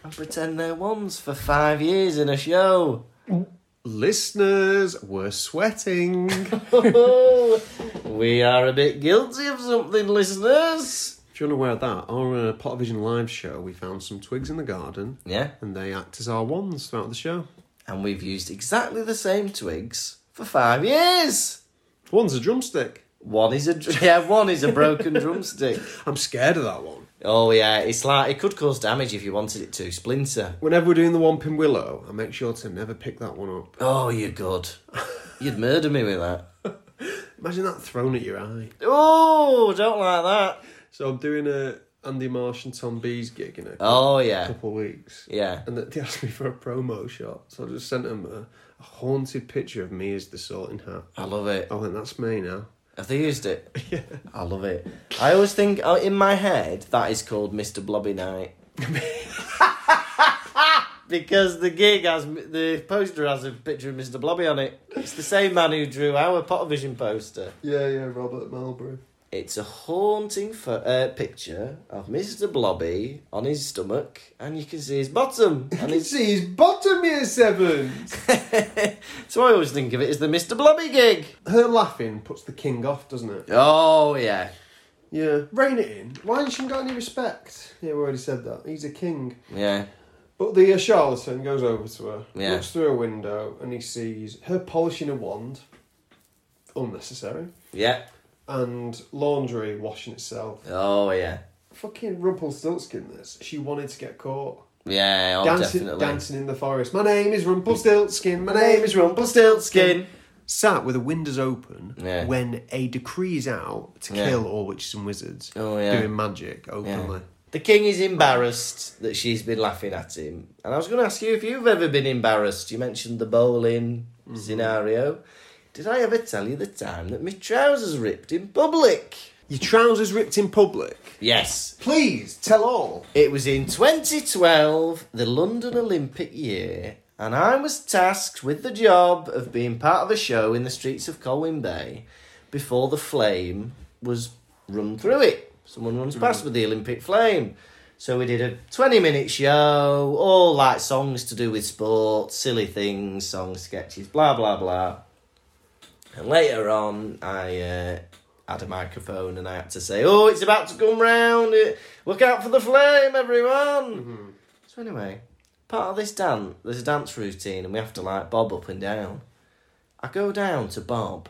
S1: and pretend they're wands for five years in a show.
S2: Listeners, we're sweating.
S1: Oh, we are a bit guilty of something, listeners.
S2: If you're unaware of that, our uh, Potter Vision live show, we found some twigs in the garden,
S1: Yeah.
S2: and they act as our wands throughout the show.
S1: And we've used exactly the same twigs for five years.
S2: One's a drumstick.
S1: One is a dr- yeah, one is a broken drumstick.
S2: I'm scared of that one.
S1: Oh yeah, it's like it could cause damage if you wanted it to. Splinter.
S2: Whenever we're doing the Wampin Willow, I make sure to never pick that one up.
S1: Oh, you're good. You'd murder me with that.
S2: Imagine that thrown at your eye.
S1: Oh, don't like that.
S2: So I'm doing a Andy Marsh and Tom B's gig in a
S1: Oh yeah,
S2: couple of weeks.
S1: yeah.
S2: And they asked me for a promo shot, so I just sent them a, a haunted picture of me as the sorting hat.
S1: I love it.
S2: I went, that's me now.
S1: Have they used it? Yeah. I love it. I always think oh, in my head that is called Mr. Blobby Night. because the gig has the poster has a picture of Mr. Blobby on it. It's the same man who drew our Pottervision poster.
S2: Yeah, yeah, Robert Marlborough.
S1: It's a haunting fo- uh, picture of Mr. Blobby on his stomach, and you can see his bottom. And
S2: You
S1: his...
S2: see his bottom here, Seven.
S1: so I always think of it as the Mr. Blobby gig.
S2: Her laughing puts the king off, doesn't it?
S1: Oh yeah,
S2: Yeah. Rein it in. Why hasn't she got any respect? Yeah, we already said that. He's a king.
S1: yeah.
S2: But the uh, charlatan goes over to her,
S1: Yeah.
S2: looks through a window, and he sees her polishing a wand. Unnecessary.
S1: Yeah.
S2: And laundry washing itself.
S1: Oh yeah.
S2: Fucking Rumpelstiltskin, this. She wanted to get caught.
S1: Yeah. Oh,
S2: dancing,
S1: definitely.
S2: dancing in the forest. My name is Rumpelstiltskin. My name is
S1: Rumpelstiltskin.
S2: Rumpelstiltskin. Sat with the windows open
S1: Yeah.
S2: when a decree is out to
S1: Yeah.
S2: kill all witches and wizards
S1: Oh, yeah.
S2: doing magic openly.
S1: The king is embarrassed that she's been laughing at him. And I was going to ask you if you've ever been embarrassed. You mentioned the bowling scenario. Did I ever tell you the time that my trousers ripped in public?
S2: Your trousers ripped in public.
S1: Yes.
S2: Please tell all.
S1: It was in 2012, the London Olympic year, and I was tasked with the job of being part of a show in the streets of Colwyn Bay before the flame was run through it. Someone runs past with the Olympic flame. So we did a 20 minute show, all like songs to do with sport, silly things, song sketches, blah, blah, blah. And later on, I uh, had a microphone and I had to say, "Oh, it's about to come round! Uh, Look out for the flame, everyone!" So anyway, part of this dance, there's a dance routine, and we have to like bob up and down. I go down to bob.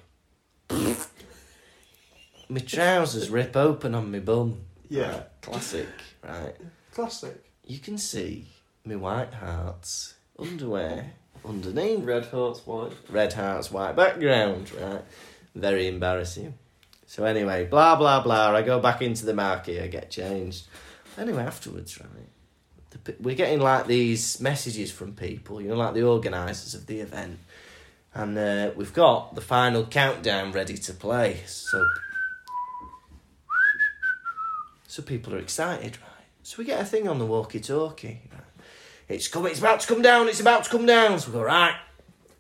S1: my trousers rip open on my bum.
S2: Yeah.
S1: Right, classic, right?
S2: Classic.
S1: You can see my white hearts underwear underneath
S2: Red Hearts White.
S1: red hearts, white background, right? Very embarrassing. So anyway, blah blah blah. I go back into the market. I get changed. Anyway, afterwards, right? The, pe- we're getting like these messages from people, you know, like the organisers of the event, and uh, we've got the final countdown ready to play. So, so people are excited, right? So we get a thing on the walkie-talkie. Right? It's coming. It's about to come down. It's about to come down. So we go right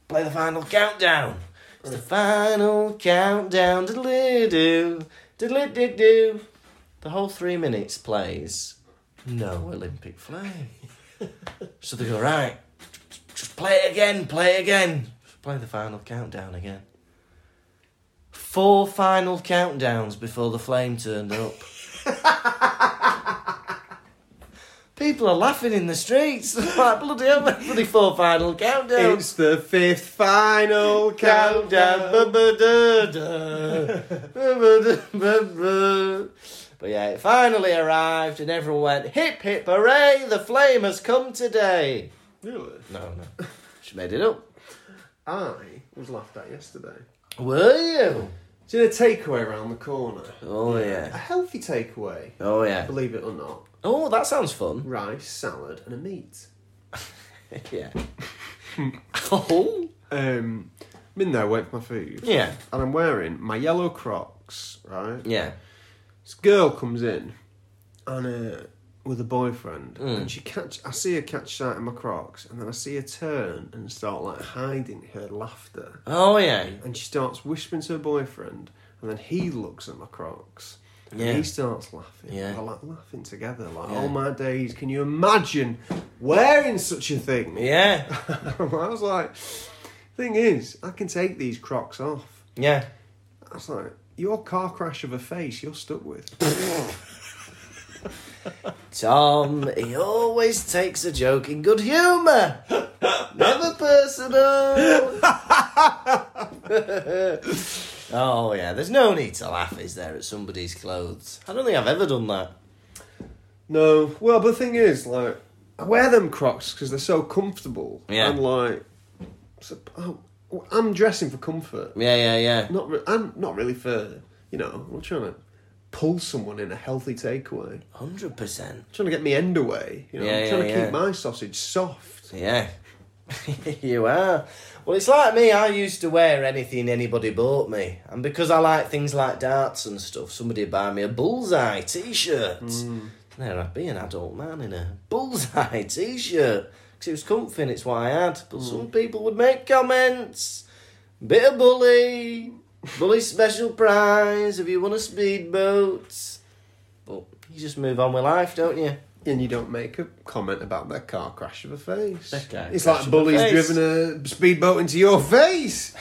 S1: play the final countdown. It's the final countdown. Diddly do, diddly did do. The whole three minutes plays. No Olympic flame. so they go right. Just play it again. Play it again. Play the final countdown again. Four final countdowns before the flame turned up. People are laughing in the streets. like bloody hell, bloody four final countdowns.
S2: It's the fifth final
S1: Countdown.
S2: countdown.
S1: Ba-ba-da-da. Ba-ba-da-ba-ba. But yeah, it finally arrived and everyone went, hip hip hooray, the flame has come today.
S2: Really?
S1: No, no. She made it up.
S2: I was laughed at yesterday.
S1: Were you?
S2: Did a takeaway around the corner.
S1: Oh,
S2: A
S1: yeah.
S2: healthy takeaway,
S1: Oh, yeah.
S2: believe it or not.
S1: Oh, that sounds fun.
S2: Rice, salad, and a meat.
S1: Yeah. oh,
S2: Um, I'm in there waiting for my food.
S1: yeah.
S2: And I'm wearing my yellow Crocs, right?
S1: Yeah.
S2: This girl comes in, and uh, with a boyfriend, and she catch. I see her catch sight of my Crocs, and then I see her turn and start like hiding her laughter,
S1: Oh, yeah.
S2: and she starts whispering to her boyfriend, and then he looks at my Crocs. And
S1: Yeah.
S2: he starts laughing.
S1: Yeah.
S2: We're like laughing together. Like,
S1: Yeah.
S2: oh my days, can you imagine wearing such a thing?
S1: Yeah.
S2: I was like, thing is, I can take these crocs off.
S1: Yeah.
S2: I was like, your car crash of a face you're stuck with.
S1: Tom, he always takes a joke in good humour. Never personal. oh, yeah, there's no need to laugh, is there, at somebody's clothes? I don't think I've ever done that.
S2: No, well, but the thing is, like, I wear them Crocs because they're so comfortable.
S1: Yeah.
S2: And like, so, oh, well, I'm dressing for comfort.
S1: Yeah, yeah, yeah.
S2: Not, re- I'm not really for you know. I'm not trying to pull someone in a healthy takeaway. I'm
S1: 100%.
S2: trying to get me end away. You know,
S1: Yeah,
S2: I'm trying
S1: yeah,
S2: to
S1: yeah.
S2: keep my sausage soft.
S1: Yeah. you are. Well, it's like me. I used to wear anything anybody bought me. And because I like things like darts and stuff, somebody would buy me a bullseye t shirt. There I'd be an adult man in a bullseye t shirt. Because it was comfy and it's what I had. But some people would make comments. Bit of bully. bully special prize if you want a speedboat. But you just move on with life, don't you?
S2: And you don't make a comment about their car crash of a face.
S1: Their car
S2: It's
S1: crash
S2: like
S1: of a
S2: bullies
S1: face.
S2: driven a speedboat into your face.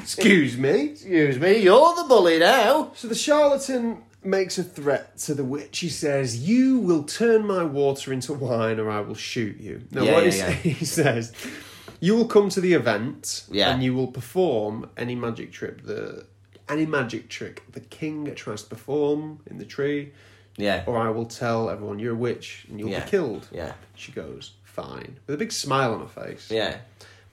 S2: Excuse me.
S1: Excuse me, you're the bully now.
S2: So the charlatan makes a threat to the witch. He says, "You will turn my water into wine, or I will shoot you." Now,
S1: Yeah,
S2: what he,
S1: yeah,
S2: sa- he says, "You will come to the event,
S1: Yeah.
S2: and you will perform any magic trick the any magic trick the king tries to perform in the tree,
S1: Yeah.
S2: or I will tell everyone you're a witch and you'll
S1: Yeah.
S2: be killed."
S1: Yeah.
S2: She goes, "Fine," with a big smile on her face.
S1: Yeah.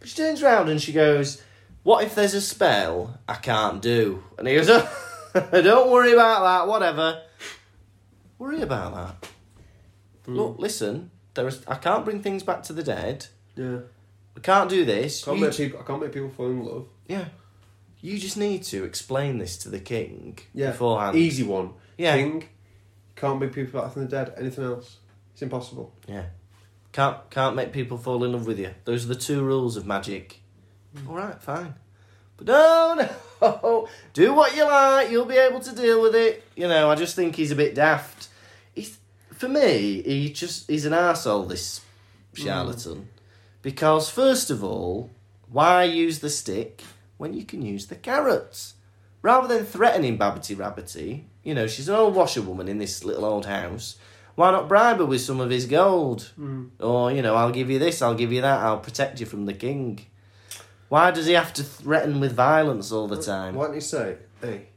S1: But she turns round and she goes, What if there's a spell I can't do? And he goes, "Oh, Don't worry about that, whatever. Worry about that.
S2: Hmm.
S1: Look, listen, there is, I can't bring things back to the dead.
S2: yeah.
S1: We can't do this.
S2: Can't
S1: You
S2: make
S1: ju-
S2: people, I can't make people fall in love.
S1: yeah. You just need to explain this to the king
S2: Yeah.
S1: beforehand.
S2: Easy one.
S1: Yeah.
S2: King. Can't be people back from the dead. Anything else? It's impossible.
S1: Yeah. Can't can't make people fall in love with you. Those are the two rules of magic. All right, fine. But no, no. Do what you like. You'll be able to deal with it. You know, I just think he's a bit daft. He's for me. He just he's an arsehole, This charlatan. Because first of all, why use the stick when you can use the carrots? Rather than threatening Babbity Rabbity, you know, she's an old washerwoman in this little old house. Why not bribe her with some of his gold? Or, you know, I'll give you this, I'll give you that, I'll protect you from the king. Why does he have to threaten with violence all the time?
S2: Why don't you say, hey,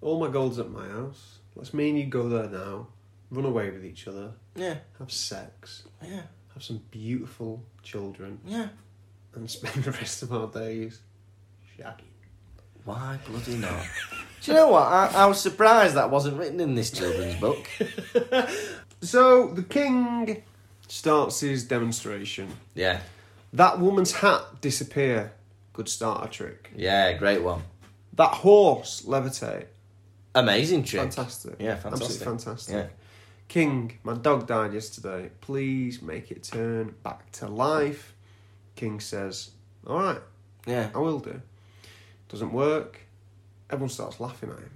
S2: all my gold's at my house. Let's me and you go there now. Run away with each other.
S1: Yeah,
S2: Have sex.
S1: yeah,
S2: Have some beautiful children.
S1: yeah.
S2: And spend the rest of our days shagging.
S1: Why bloody not? Do you know what? I, I was surprised that wasn't written in this children's book.
S2: So the king starts his demonstration.
S1: Yeah,
S2: That woman's hat disappear. Good starter trick.
S1: yeah, great one.
S2: That horse levitate.
S1: Amazing trick.
S2: Fantastic.
S1: Yeah, fantastic.
S2: Absolutely fantastic.
S1: Yeah.
S2: King, my dog died yesterday. Please make it turn back to life. King says, All right,
S1: Yeah.
S2: I will do. Doesn't work. Everyone starts laughing at him.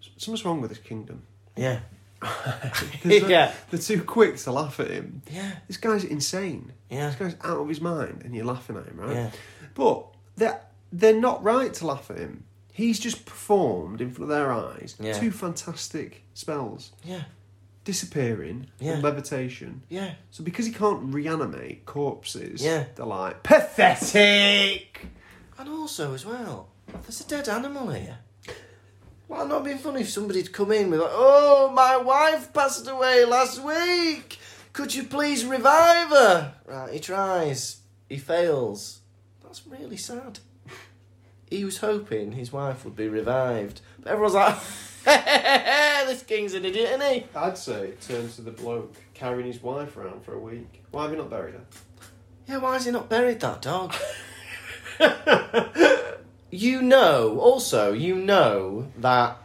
S2: S- Something's wrong with this kingdom.
S1: Yeah.
S2: 'Cause they're,
S1: Yeah.
S2: they're too quick to laugh at him.
S1: Yeah.
S2: This guy's insane.
S1: Yeah.
S2: This guy's out of his mind, and you're laughing at him, right?
S1: Yeah.
S2: But they're, they're not right to laugh at him. He's just performed in front of their eyes
S1: Yeah.
S2: two fantastic spells
S1: Yeah.
S2: disappearing
S1: Yeah.
S2: and levitation.
S1: Yeah.
S2: So because he can't reanimate corpses,
S1: Yeah.
S2: they're like pathetic.
S1: And also, as well, there's a dead animal here. Well, it'd not be funny if somebody'd come in with like, "Oh, my wife passed away last week. Could you please revive her?" Right, he tries, he fails. That's really sad. He was hoping his wife would be revived, but everyone's like, "This king's an idiot, isn't he?"
S2: I'd say it turns to the bloke carrying his wife around for a week. Why have you not buried her?
S1: Yeah, why has he not buried that dog? you know, also, you know that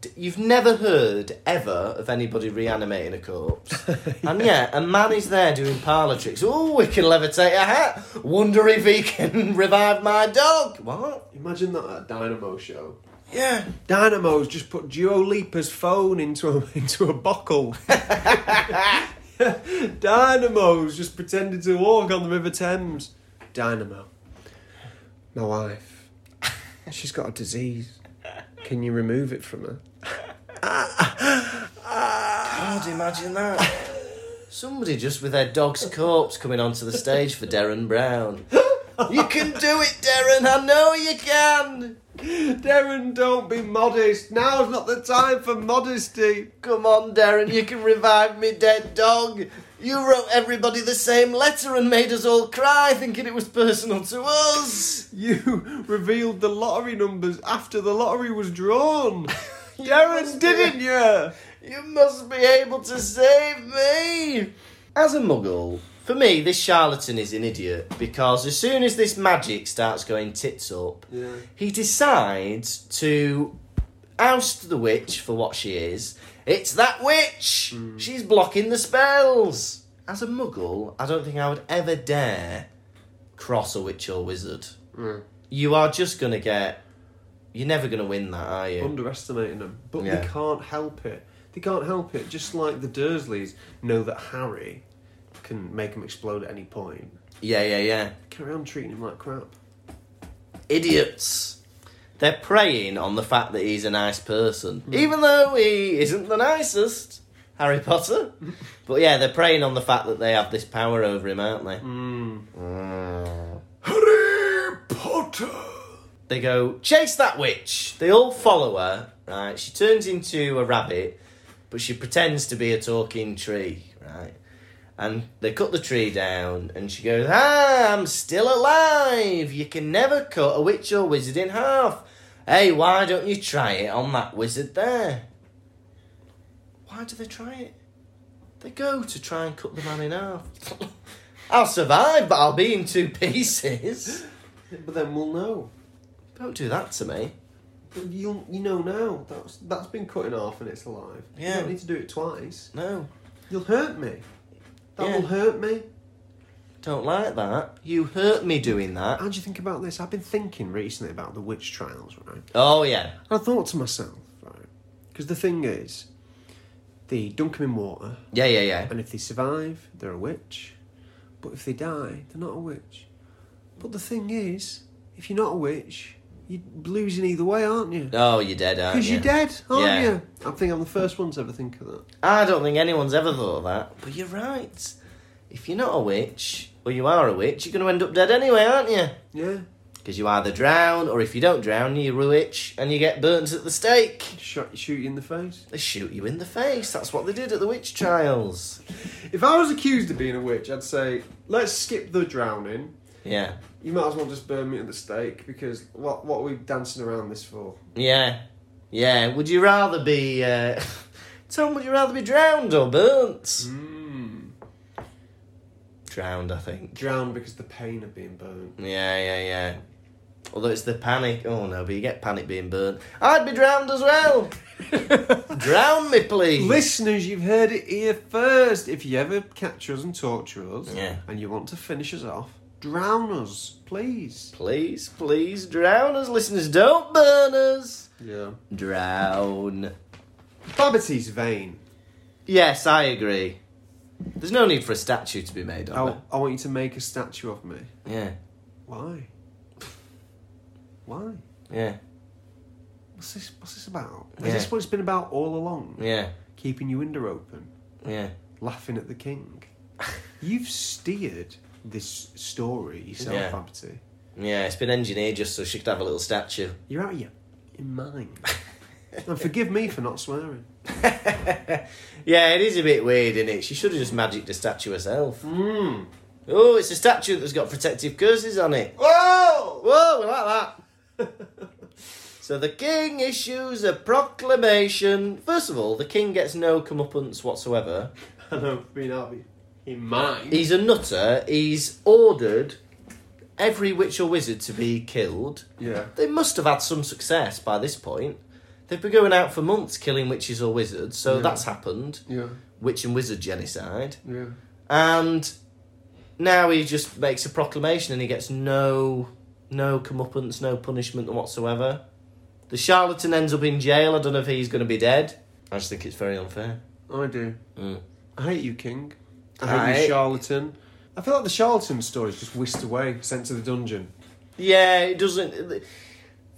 S1: d- you've never heard ever of anybody reanimating a corpse. And yeah, a man is there doing parlour tricks. Oh, we can levitate a hat. Wonder if he can revive my dog. What?
S2: Imagine that at a Dynamo show.
S1: Yeah.
S2: Dynamo's just put Duo Leaper's phone into a into a buckle. Dynamo's just pretended to walk on the River Thames. Dynamo. My wife. She's got a disease. Can you remove it from her?
S1: God, imagine that. Somebody just with their dog's corpse coming onto the stage for Darren Brown. You can do it, Darren. I know you can.
S2: Darren, don't be modest. Now's not the time for modesty.
S1: Come on, Darren. You can revive me, dead dog. You wrote everybody the same letter and made us all cry, thinking it was personal to us.
S2: You revealed the lottery numbers after the lottery was drawn. Darren,
S1: must
S2: didn't you?
S1: You must be able to save me! As a muggle, for me, this charlatan is an idiot because as soon as this magic starts going tits up, he decides to oust the witch for what she is. It's that witch! She's blocking the spells! As a muggle, I don't think I would ever dare cross a witch or wizard. You are just gonna get. You're never gonna win that, are
S2: Um,
S1: you?
S2: Underestimating them, but
S1: Yeah.
S2: they can't help it. They can't help it. Just like the Dursleys know that Harry can make them explode at any point.
S1: Yeah, yeah, yeah.
S2: Carry on treating him like crap.
S1: idiots. They're preying on the fact that he's a nice person, even though he isn't the nicest. Harry Potter. but yeah, they're preying on the fact that they have this power over him, aren't they? Hmm.
S2: Harry Potter.
S1: They go, chase that witch. They all follow her, right? She turns into a rabbit, but she pretends to be a talking tree, right? And they cut the tree down, and she goes, Ah, I'm still alive. You can never cut a witch or wizard in half. Hey, why don't you try it on that wizard there? Why do they try it? They go to try and cut the man in half. I'll survive, but I'll be in two pieces.
S2: But then we'll know.
S1: Don't do that to me.
S2: You'll you know now. That's that's been cut in half and it's alive.
S1: Yeah.
S2: You don't need to do it twice.
S1: No.
S2: You'll hurt me. That
S1: Yeah.
S2: will hurt me.
S1: Don't like that. You hurt me doing that.
S2: How do you think about this? I've been thinking recently about the witch trials, right?
S1: Oh yeah.
S2: And I thought to myself, right, because the thing is, they dunk them in water,
S1: Yeah, yeah, yeah.
S2: and if they survive, they're a witch. But if they die, they're not a witch. But the thing is, if you're not a witch, you're losing either way, aren't you?
S1: Oh, you're dead, aren't you?
S2: Because you're dead, aren't
S1: Yeah.
S2: you? I think I'm the first one to ever think of that.
S1: I don't think anyone's ever thought of that. But you're right. If you're not a witch, or you are a witch, you're going to end up dead anyway, aren't you?
S2: Yeah.
S1: Because you either drown, or if you don't drown, you're a witch and you get burnt at the stake.
S2: Shot, shoot you in the face.
S1: They shoot you in the face. That's what they did at the witch trials.
S2: If I was accused of being a witch, I'd say, let's skip the drowning.
S1: Yeah.
S2: You might as well just burn me at the stake because what what are we dancing around this for?
S1: Yeah. Yeah. Would you rather be. Uh... Tom, would you rather be drowned or burnt? Drowned, I think.
S2: Hmm. Drown because the pain of being burnt.
S1: Yeah, yeah, yeah. Although it's the panic. Oh no, but you get panic being burned. I'd be drowned as well. Drown me, please.
S2: Listeners, you've heard it here first. If you ever catch us and torture us,
S1: Yeah.
S2: and you want to finish us off, drown us, please.
S1: Please, please, drown us, listeners. Don't burn us.
S2: Yeah.
S1: Drown.
S2: Babity's vein.
S1: Yes, I agree. There's no need for a statue to be made
S2: I,
S1: of it.
S2: Oh, I want you to make a statue of me.
S1: Yeah,
S2: Why? Why?
S1: yeah,
S2: What's this? What's this about?
S1: Yeah.
S2: Is this what it's been about all along?
S1: yeah,
S2: Keeping your window open,
S1: yeah.
S2: laughing at the king. You've steered this story yourself,
S1: Yeah.
S2: yeah. Abity.
S1: Yeah, it's been engineered just so she could have a little statue.
S2: You're out of your in mind. and forgive me for not swearing.
S1: Yeah, it is a bit weird, isn't it? She should have just magicked a statue herself.
S2: Hmm.
S1: Oh, it's a statue that's got protective curses on it.
S2: Whoa!
S1: Whoa, we like that. so the king issues a proclamation. First of all, the king gets no comeuppance whatsoever.
S2: I know, being out of your in mind.
S1: He's a nutter. He's ordered every witch or wizard to be killed.
S2: Yeah.
S1: They must have had some success by this point. They've been going out for months killing witches or wizards, so that's happened.
S2: Yeah.
S1: Witch and wizard genocide.
S2: Yeah.
S1: And now he just makes a proclamation and he gets no no comeuppance, no punishment whatsoever. The charlatan ends up in jail. I don't know if he's going to be dead. I just think it's very unfair.
S2: I do. I hate you, King. Mm. I hate
S1: I-
S2: you, charlatan. I feel like the charlatan story's just whisked away, sent to the dungeon.
S1: Yeah, it doesn't.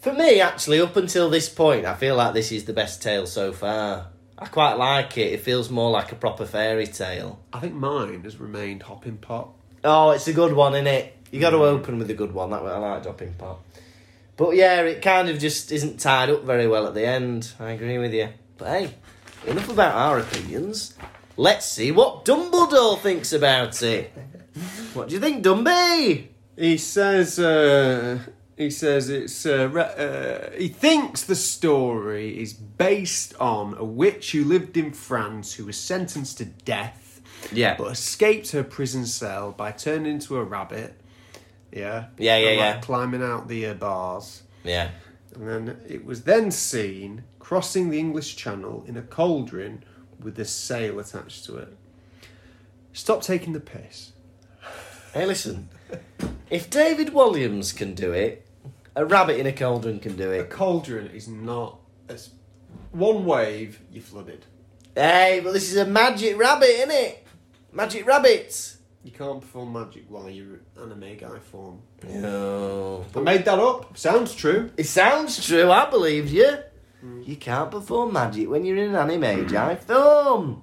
S1: For me, actually, up until this point, I feel like this is the best tale so far. I quite like it. It feels more like a proper fairy tale.
S2: I think mine has remained Hopping Pot.
S1: Oh, it's a good one, isn't it? You got to open with a good one. That way I like dropping pot. But yeah, it kind of just isn't tied up very well at the end. I agree with you. But hey, enough about our opinions. Let's see what Dumbledore thinks about it. What do you think, Dumby?
S2: He says, uh, he says it's, uh, re- uh, he thinks the story is based on a witch who lived in France who was sentenced to death,
S1: Yeah.
S2: but escaped her prison cell by turning into a rabbit. Yeah.
S1: Yeah, yeah,
S2: And, like,
S1: yeah.
S2: Climbing out the uh, bars.
S1: Yeah.
S2: And then it was then seen crossing the English Channel in a cauldron with a sail attached to it. Stop taking the piss.
S1: Hey, listen. If David Williams can do it, a rabbit in a cauldron can do
S2: A
S1: it.
S2: cauldron is not as one wave, you're flooded.
S1: Hey, but this is a magic rabbit, isn't it? Magic rabbit.
S2: You can't perform magic while you're an omega form.
S1: No.
S2: I made that up. Sounds true.
S1: It sounds true, I believe you. Mm. You can't perform magic when you're in an anime, Jive Thumb.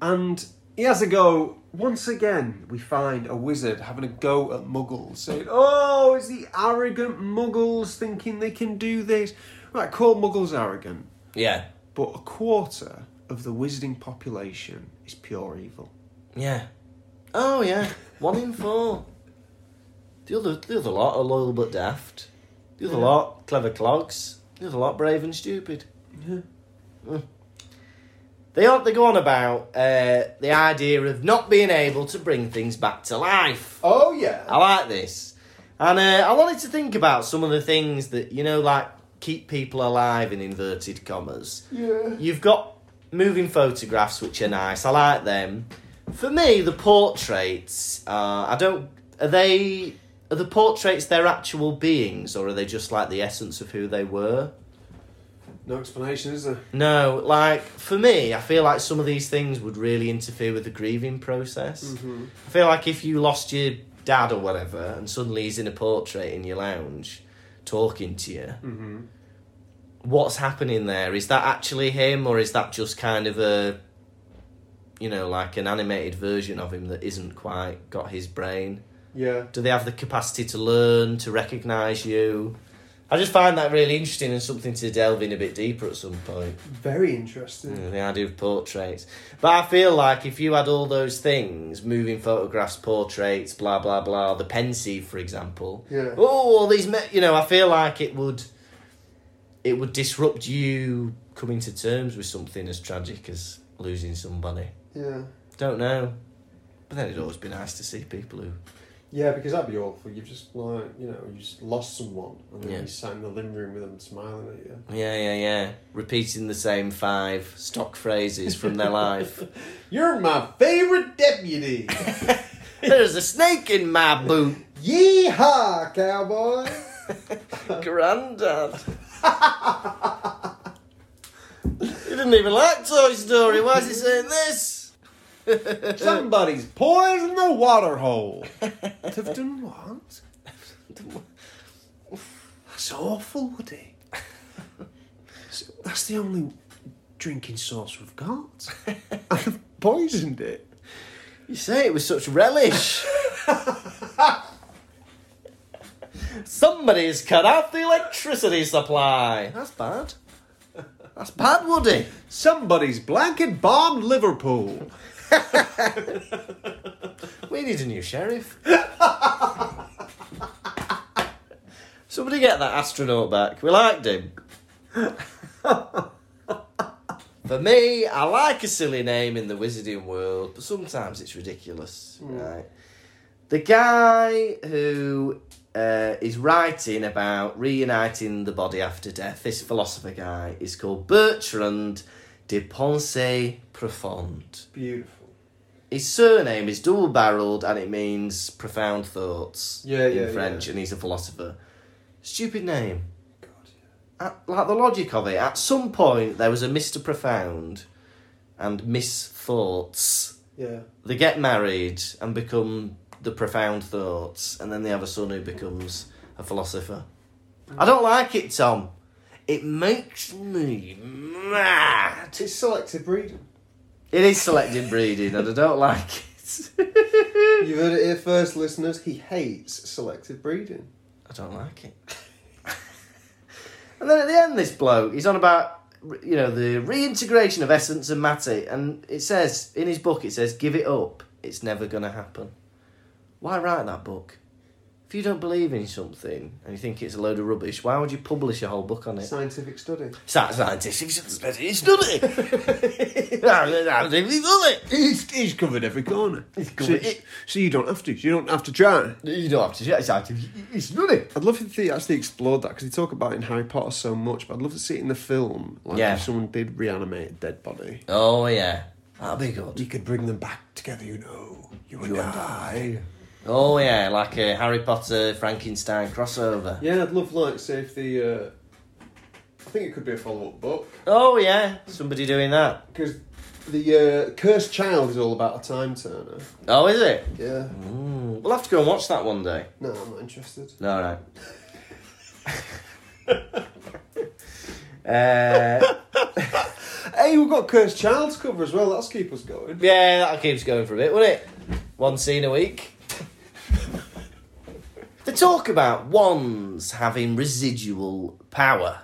S2: And he has a go. Once again, we find a wizard having a go at muggles, saying, Oh, it's the arrogant muggles thinking they can do this. Right, call muggles arrogant.
S1: Yeah.
S2: But a quarter of the wizarding population is pure evil.
S1: Yeah. Oh, yeah. One in four. The other, the other lot are loyal but daft. The other lot, clever clogs. The other lot, brave and stupid. Mm. They, are, they go on about uh, the idea of not being able to bring things back to life.
S2: Oh, yeah.
S1: I like this. And uh, I wanted to think about some of the things that, you know, like keep people alive in inverted commas.
S2: Yeah.
S1: You've got moving photographs, which are nice. I like them. For me, the portraits, uh, I don't. Are they. Are the portraits their actual beings, or are they just like the essence of who they were?
S2: No explanation, is there?
S1: No, like for me, I feel like some of these things would really interfere with the grieving process. I feel like if you lost your dad or whatever, and suddenly he's in a portrait in your lounge, talking to you, what's happening there? Is that actually him, or is that just kind of a, you know, like an animated version of him that isn't quite got his brain?
S2: Yeah.
S1: Do they have the capacity to learn, to recognise you? I just find that really interesting and something to delve in a bit deeper at some point.
S2: Very interesting.
S1: Yeah, Mm, the idea of portraits. But I feel like if you had all those things, moving photographs, portraits, blah, blah, blah, the pensieve, for example.
S2: Yeah.
S1: Oh, all these, me- you know, I feel like it would, it would disrupt you coming to terms with something as tragic as losing somebody.
S2: Yeah.
S1: Don't know. But then it'd always be nice to see people who,
S2: Yeah, because that'd be awful. You've just like you know, you just lost someone, and then
S1: Yeah.
S2: you sat in the living room with them smiling at you.
S1: yeah, yeah, yeah, repeating the same five stock phrases from their life.
S2: You're my favourite deputy.
S1: There's a snake in my boot.
S2: Yeehaw, cowboy.
S1: Grandad. he didn't even like Toy Story. Why is he saying this?
S2: Somebody's poisoned the water hole. Have done what? That's awful, Woody. So That's the only drinking sauce we've got. I've poisoned it.
S1: You say it with such relish. Somebody's cut off the electricity supply. That's bad. That's bad, Woody.
S2: Somebody's blanket bombed Liverpool.
S1: We need a new sheriff. Somebody get that astronaut back. We liked him. For me, I like a silly name in the wizarding world, but sometimes it's ridiculous, right? The guy who uh, is writing about reuniting the body after death, this philosopher guy, is called Bertrand de Pensée Profonde.
S2: Beautiful.
S1: His surname is double barreled and it means profound thoughts
S2: Yeah,
S1: in
S2: yeah,
S1: French,
S2: yeah.
S1: and he's a philosopher. Stupid name.
S2: God,
S1: At, like the logic of it, at some point there was a Mr. Profound and Miss Thoughts.
S2: yeah. Yeah.
S1: They get married and become the Profound Thoughts, and then they have a son who becomes a philosopher. I don't like it, Tom. It makes me mad.
S2: It's selective breeding.
S1: It is selective breeding, and I don't like it.
S2: You heard it here first, listeners. He hates selective breeding.
S1: I don't like it. and then at the end, this bloke, he's on about, you know, the reintegration of essence and matter. And it says, in his book, it says, give it up. It's never going to happen. Why write that book? If you don't believe in something and you think it's a load of rubbish, why would you publish a whole book on it?
S2: Scientific study.
S1: Sci- Scientific study, study. Scientific study.
S2: He's, he's covered every corner.
S1: covered-
S2: So, so you don't have to. You don't have to try.
S1: You don't have to do it. It's scientific. It's study.
S2: I'd love if they actually explored that because they talk about it in Harry Potter so much, but I'd love to see it in the film. Like
S1: Yeah.
S2: if someone did reanimate a dead body,
S1: Oh, yeah. That'd be good.
S2: you could bring them back together. You know, you and I.
S1: Oh yeah, like a Harry Potter Frankenstein crossover.
S2: Yeah, I'd love like say if the. Uh, I think it could be a follow up book
S1: Oh yeah, somebody doing that.
S2: because the uh, cursed child is all about a time turner.
S1: Oh, is it? Hmm.
S2: Yeah.
S1: We'll have to go and watch that one day.
S2: No, I'm not interested.
S1: All right. uh,
S2: Hey, we've got cursed child's cover as well. That's keep us going.
S1: yeah, that keeps going for a bit, won't it? One scene a week. they talk about wands having residual power.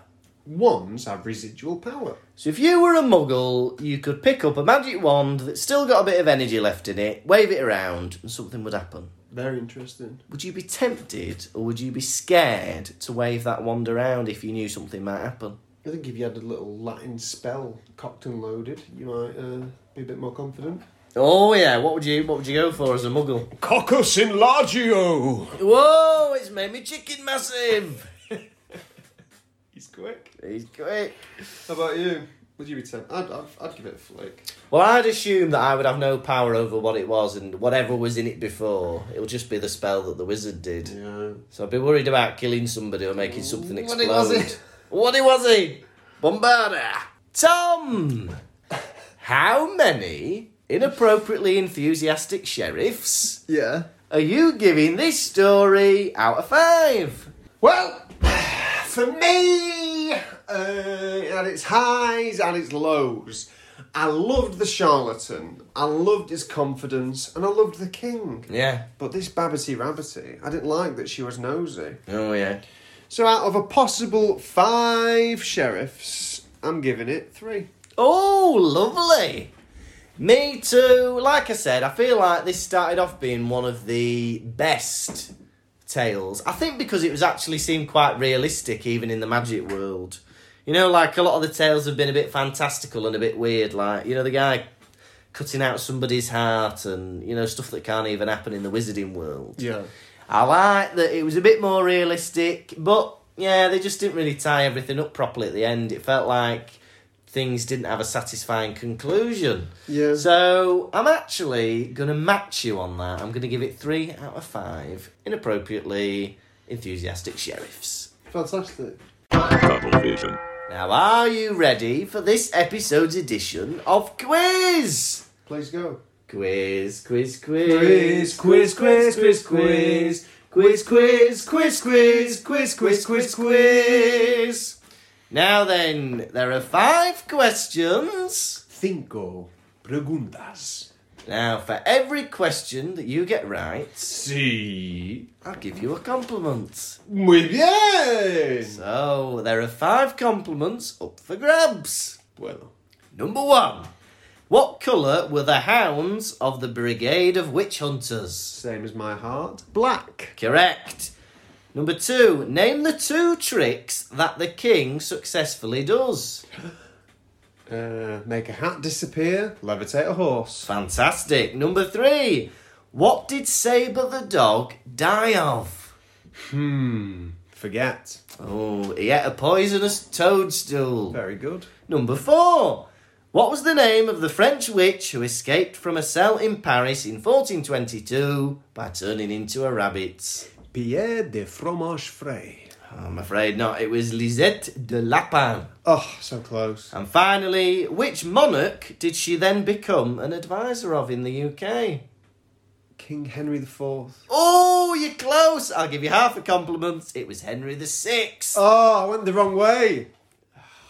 S2: Wands have residual power.
S1: So if you were a muggle, you could pick up a magic wand that's still got a bit of energy left in it, wave it around, and something would happen.
S2: Very interesting.
S1: Would you be tempted or would you be scared to wave that wand around if you knew something might happen?
S2: I think if you had a little Latin spell cocked and loaded, you might uh, be a bit more confident.
S1: Oh yeah, what would you what would you go for as a muggle?
S2: Coccus enlargio!
S1: Whoa, it's made me chicken massive.
S2: He's quick.
S1: He's quick.
S2: How about you? Would you be tempted? I'd, I'd, I'd give it a flick.
S1: Well, I'd assume that I would have no power over what it was and whatever was in it before. It'll just be the spell that the wizard did.
S2: Yeah.
S1: So I'd be worried about killing somebody or making something
S2: What
S1: explode.
S2: it was it?
S1: What it was it? Bombarda. Tom! How many inappropriately enthusiastic sheriffs
S2: Yeah.
S1: are you giving this story out of five?
S2: Well, for me, uh, at its highs and its lows, I loved the charlatan, I loved his confidence, and I loved the king.
S1: Yeah.
S2: But this Babbity Rabbity, I didn't like that she was nosy.
S1: Oh, yeah.
S2: So out of a possible five sheriffs, I'm giving it three.
S1: Oh, lovely. Me too. Like I said, I feel like this started off being one of the best tales. I think because it was actually seemed quite realistic, even in the magic world. You know, like a lot of the tales have been a bit fantastical and a bit weird. Like, you know, the guy cutting out somebody's heart and, you know, stuff that can't even happen in the wizarding world.
S2: Yeah.
S1: I like that it was a bit more realistic, but yeah, they just didn't really tie everything up properly at the end. It felt like things didn't have a satisfying conclusion.
S2: Yeah.
S1: So I'm actually going to match you on that. I'm going to give it three out of five inappropriately enthusiastic sheriffs.
S2: Fantastic.
S5: Tunnel vision.
S1: Now, are you ready for this episode's edition of Quiz?
S2: Please go.
S1: Quiz, quiz, quiz, quiz, quiz, quiz, quiz, quiz, quiz, quiz, quiz, quiz, quiz, quiz, quiz. Now then, there are five questions.
S2: Cinco preguntas.
S1: Now, for every question that you get right, see, I'll give you a compliment.
S2: Muy bien!
S1: So, there are five compliments up for grabs.
S2: Well,
S1: Number one. What colour were the hounds of the Brigade of Witch Hunters?
S2: same as my heart. Black.
S1: Correct. Number two, name the two tricks that the king successfully does.
S2: Uh, make a hat disappear. Levitate a horse.
S1: Fantastic. Number three, what did Saber the dog die of?
S2: Hmm. Forget.
S1: Oh, he ate a poisonous toadstool.
S2: Very good.
S1: Number four, what was the name of the French witch who escaped from a cell in Paris in 1422 by turning into a rabbit?
S2: Pierre de fromage frais.
S1: I'm afraid not. It was Lisette de Lapin.
S2: Oh, so close.
S1: And finally, which monarch did she then become an advisor of in the UK?
S2: King Henry the Fourth.
S1: Oh, you're close. I'll give you half a compliment. It was Henry VI.
S2: Oh, I went the wrong way.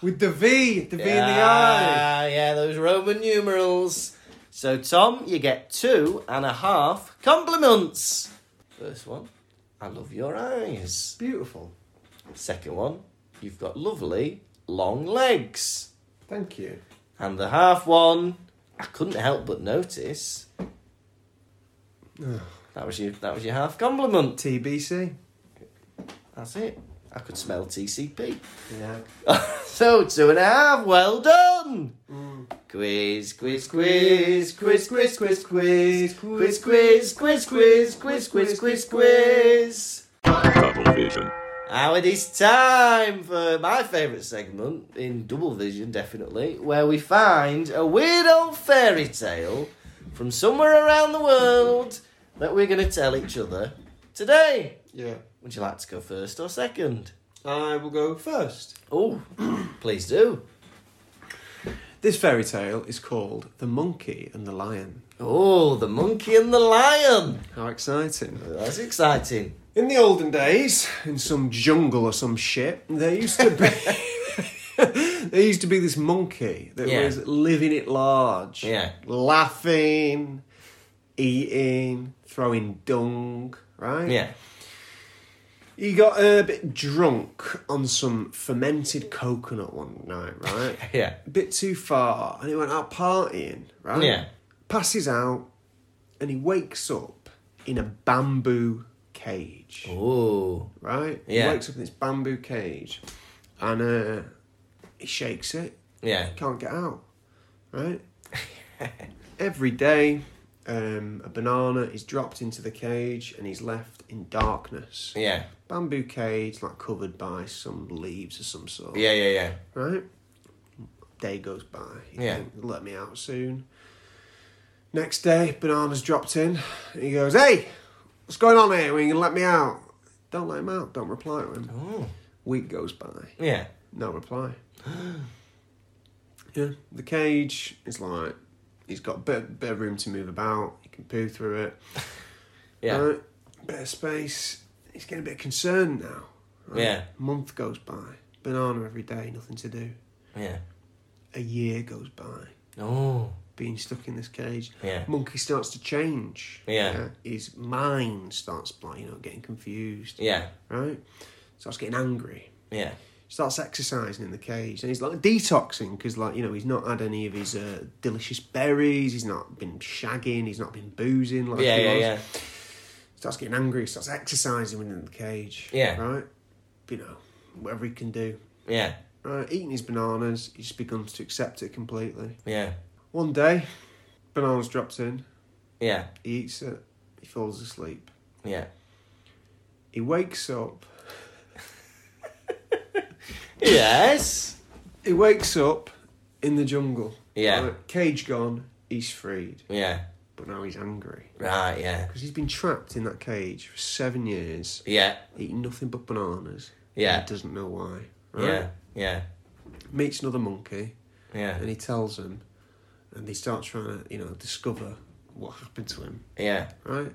S2: With the V, the V in the eye.
S1: Ah, yeah, those Roman numerals. So, Tom, you get two and a half compliments. First one, I love your eyes.
S2: Beautiful.
S1: Second one, you've got lovely long legs.
S2: Thank you.
S1: And the half one, I couldn't help but notice. That was your that was your half compliment.
S2: TBC.
S1: That's it. I could smell TCP.
S2: Yeah.
S1: so two and a half. Well done. Quiz, quiz, quiz, quiz, quiz, quiz, quiz, quiz, quiz, quiz, quiz, quiz, quiz, quiz, quiz.
S5: Tunnel vision.
S1: Now it is time for my favourite segment in Double Vision, definitely, where we find a weird old fairy tale from somewhere around the world that we're going to tell each other today.
S2: Yeah.
S1: Would you like to go first or second?
S2: I will go first.
S1: Oh, please do.
S2: This fairy tale is called The Monkey and the Lion.
S1: Oh, the monkey and the lion.
S2: How exciting.
S1: That's exciting.
S2: In the olden days, in some jungle or some shit, there used to be there used to be this monkey that
S1: Yeah.
S2: was living at large.
S1: Yeah.
S2: Laughing, eating, throwing dung, right?
S1: Yeah.
S2: He got a bit drunk on some fermented coconut one night, right?
S1: Yeah.
S2: A bit too far, and he went out partying, right?
S1: Yeah.
S2: Passes out, and he wakes up in a bamboo cage
S1: Oh.
S2: right?
S1: Yeah.
S2: He wakes up in this bamboo cage and uh, he shakes it,
S1: Yeah.
S2: can't get out, right? Every day, um, a banana is dropped into the cage and he's left in darkness.
S1: Yeah.
S2: Bamboo cage, like covered by some leaves of some sort,
S1: Yeah, yeah, yeah.
S2: right? Day goes by. He
S1: Yeah.
S2: thinks, Let me out soon. Next day, banana's dropped in. He goes, Hey, what's going on here? When you gonna let me out? Don't let him out. Don't reply to him.
S1: Oh.
S2: Week goes by,
S1: Yeah.
S2: no reply. yeah, the cage is like he's got a bit, bit of room to move about. He can poo through it.
S1: Yeah.
S2: right? bit of space. He's getting a bit concerned now. right?
S1: Yeah.
S2: month goes by, banana every day, nothing to do.
S1: Yeah.
S2: A year goes by,
S1: Oh.
S2: being stuck in this cage.
S1: Yeah.
S2: monkey starts to change.
S1: Yeah.
S2: his mind starts like you know getting confused.
S1: Yeah.
S2: right, starts getting angry.
S1: Yeah.
S2: starts exercising in the cage and he's like detoxing because like you know he's not had any of his uh, delicious berries he's not been shagging he's not been boozing like
S1: Yeah,
S2: he
S1: yeah,
S2: was.
S1: yeah.
S2: starts getting angry starts exercising within the cage
S1: Yeah.
S2: right you know whatever he can do
S1: Yeah.
S2: right eating his bananas he just becomes to accept it completely
S1: Yeah.
S2: one day bananas drops in
S1: Yeah.
S2: he eats it he falls asleep
S1: Yeah.
S2: he wakes up
S1: Yes.
S2: he wakes up in the jungle
S1: Yeah.
S2: right? cage gone he's freed
S1: Yeah.
S2: but now he's angry
S1: Right. Yeah.
S2: because he's been trapped in that cage for seven years,
S1: Yeah.
S2: eating nothing but bananas.
S1: Yeah.
S2: and he doesn't know why. Right?
S1: Yeah. Yeah.
S2: meets another monkey,
S1: Yeah.
S2: and he tells him, and they start trying to, you know, discover what happened to him.
S1: Yeah.
S2: Right,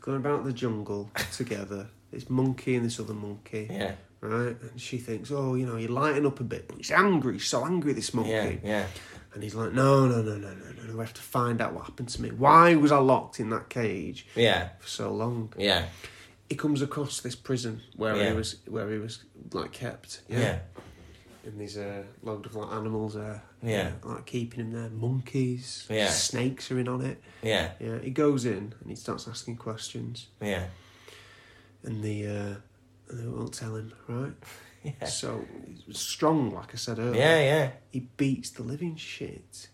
S2: going about the jungle together. This monkey and this other monkey.
S1: Yeah.
S2: Right, and she thinks, oh, you know, you're lighting up a bit, but he's angry. He's so angry, this monkey.
S1: Yeah. Yeah.
S2: And he's like, no, no, no, no, no, no. We have to find out what happened to me. Why was I locked in that cage
S1: Yeah.
S2: for so long?
S1: Yeah.
S2: he comes across this prison where
S1: Yeah.
S2: he was where he was like kept.
S1: Yeah.
S2: And there's a load of like animals there.
S1: Yeah.
S2: Like keeping him there. Monkeys.
S1: Yeah.
S2: Snakes are in on it.
S1: Yeah.
S2: Yeah. He goes in and he starts asking questions
S1: Yeah.
S2: and the uh and they won't tell him, right? Yeah. So he's strong, like I said earlier.
S1: Yeah. Yeah.
S2: He beats the living shit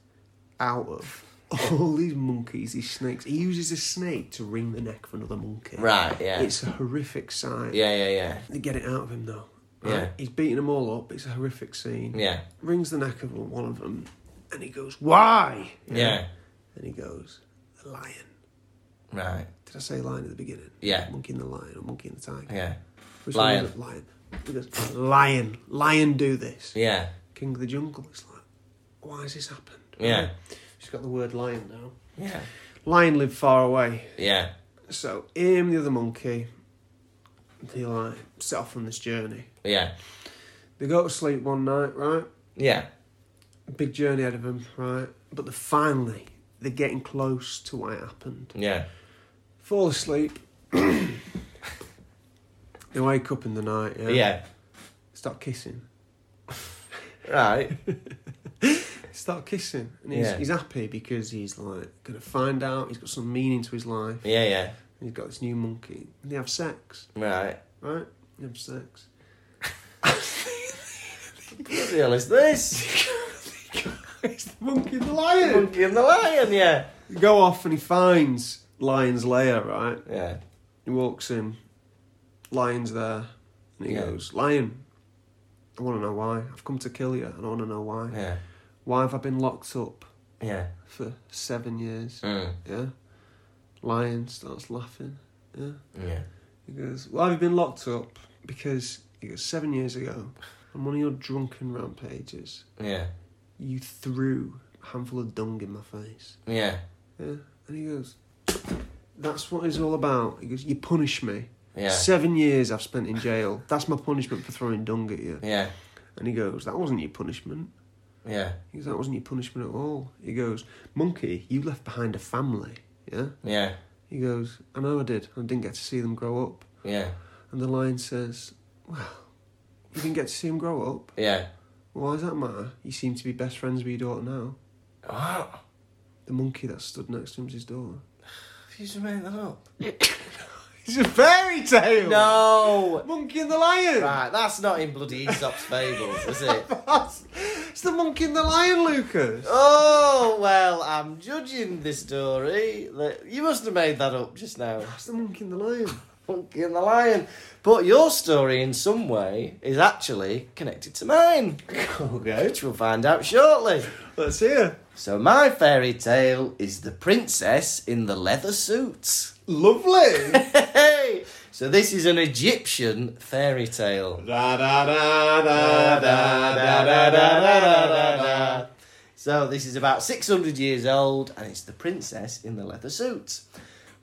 S2: out of all these monkeys, these snakes. He uses a snake to wring the neck of another monkey.
S1: Right. Yeah.
S2: It's a horrific sight.
S1: Yeah. Yeah. Yeah.
S2: They get it out of him though.
S1: Yeah.
S2: He's beating them all up. It's a horrific scene.
S1: Yeah.
S2: Rings the neck of one of them, and he goes, "Why?"
S1: Yeah.
S2: And he goes, "The lion."
S1: Right.
S2: Did I say lion at the beginning?
S1: Yeah.
S2: Monkey and the lion, or monkey and the tiger.
S1: Yeah.
S2: Which one
S1: Lion.
S2: was it? Lion. He goes, "Lion, lion, do this."
S1: Yeah.
S2: King of the jungle. It's like, why has this happened?
S1: Yeah.
S2: She's got the word lion now.
S1: Yeah.
S2: Lion lived far away,
S1: Yeah.
S2: so him, the other monkey, they like set off on this journey.
S1: Yeah.
S2: They go to sleep one night, right?
S1: Yeah.
S2: Big journey ahead of them, right? But they're finally, they're getting close to what happened.
S1: Yeah.
S2: Fall asleep. they wake up in the night, yeah?
S1: Yeah.
S2: Start kissing.
S1: Right.
S2: Start kissing. And he's,
S1: Yeah.
S2: he's happy because he's like, going to find out, he's got some meaning to his life.
S1: Yeah, yeah.
S2: And he's got this new monkey. And they have sex,
S1: Right.
S2: right? They have sex.
S1: What the hell is this?
S2: it's the monkey and the lion.
S1: Monkey and the Lion, yeah.
S2: They go off and he finds Lion's lair, right?
S1: Yeah.
S2: He walks in, lion's there, and he
S1: Yeah.
S2: goes, Lion, I want to know why. I've come to kill you, and I want to know why.
S1: Yeah.
S2: Why have I been locked up
S1: Yeah.
S2: for seven years?
S1: Mm.
S2: Yeah? Lion starts laughing. Yeah?
S1: Yeah.
S2: He goes, Why have you been locked up? Because, he goes, seven years ago, on one of your drunken rampages,
S1: Yeah.
S2: you threw a handful of dung in my face.
S1: Yeah.
S2: Yeah? And he goes, That's what it's all about. He goes, You punish me.
S1: Yeah.
S2: Seven years I've spent in jail. That's my punishment for throwing dung at you.
S1: Yeah.
S2: And he goes, That wasn't your punishment.
S1: Yeah.
S2: He goes, That wasn't your punishment at all. He goes, Monkey, you left behind a family. Yeah?
S1: Yeah.
S2: He goes, I know I did. I didn't get to see them grow up.
S1: Yeah.
S2: And the lion says, Well, you didn't get to see them grow up.
S1: Yeah.
S2: Why does that matter? You seem to be best friends with your daughter now.
S1: What?
S2: The monkey that stood next to him is his daughter.
S1: You just made that up.
S2: It's a fairy tale!
S1: No!
S2: Monkey and the lion!
S1: Right, that's not in bloody Aesop's Fables, is it?
S2: It's the monkey and the lion, Lucas!
S1: Oh, well, I'm judging this story. That- You must have made that up just now.
S2: That's the monkey and the lion.
S1: Monkey and the Lion. But your story, in some way, is actually connected to mine. Okay. Which we'll find out shortly.
S2: Let's hear.
S1: So, my fairy tale is The Princess in the Leather Suit.
S2: Lovely!
S1: Hey! So, this is an Egyptian fairy tale.
S2: Da da da da da da da da da da.
S1: So this is about 600 years old, and it's the princess in the leather suit.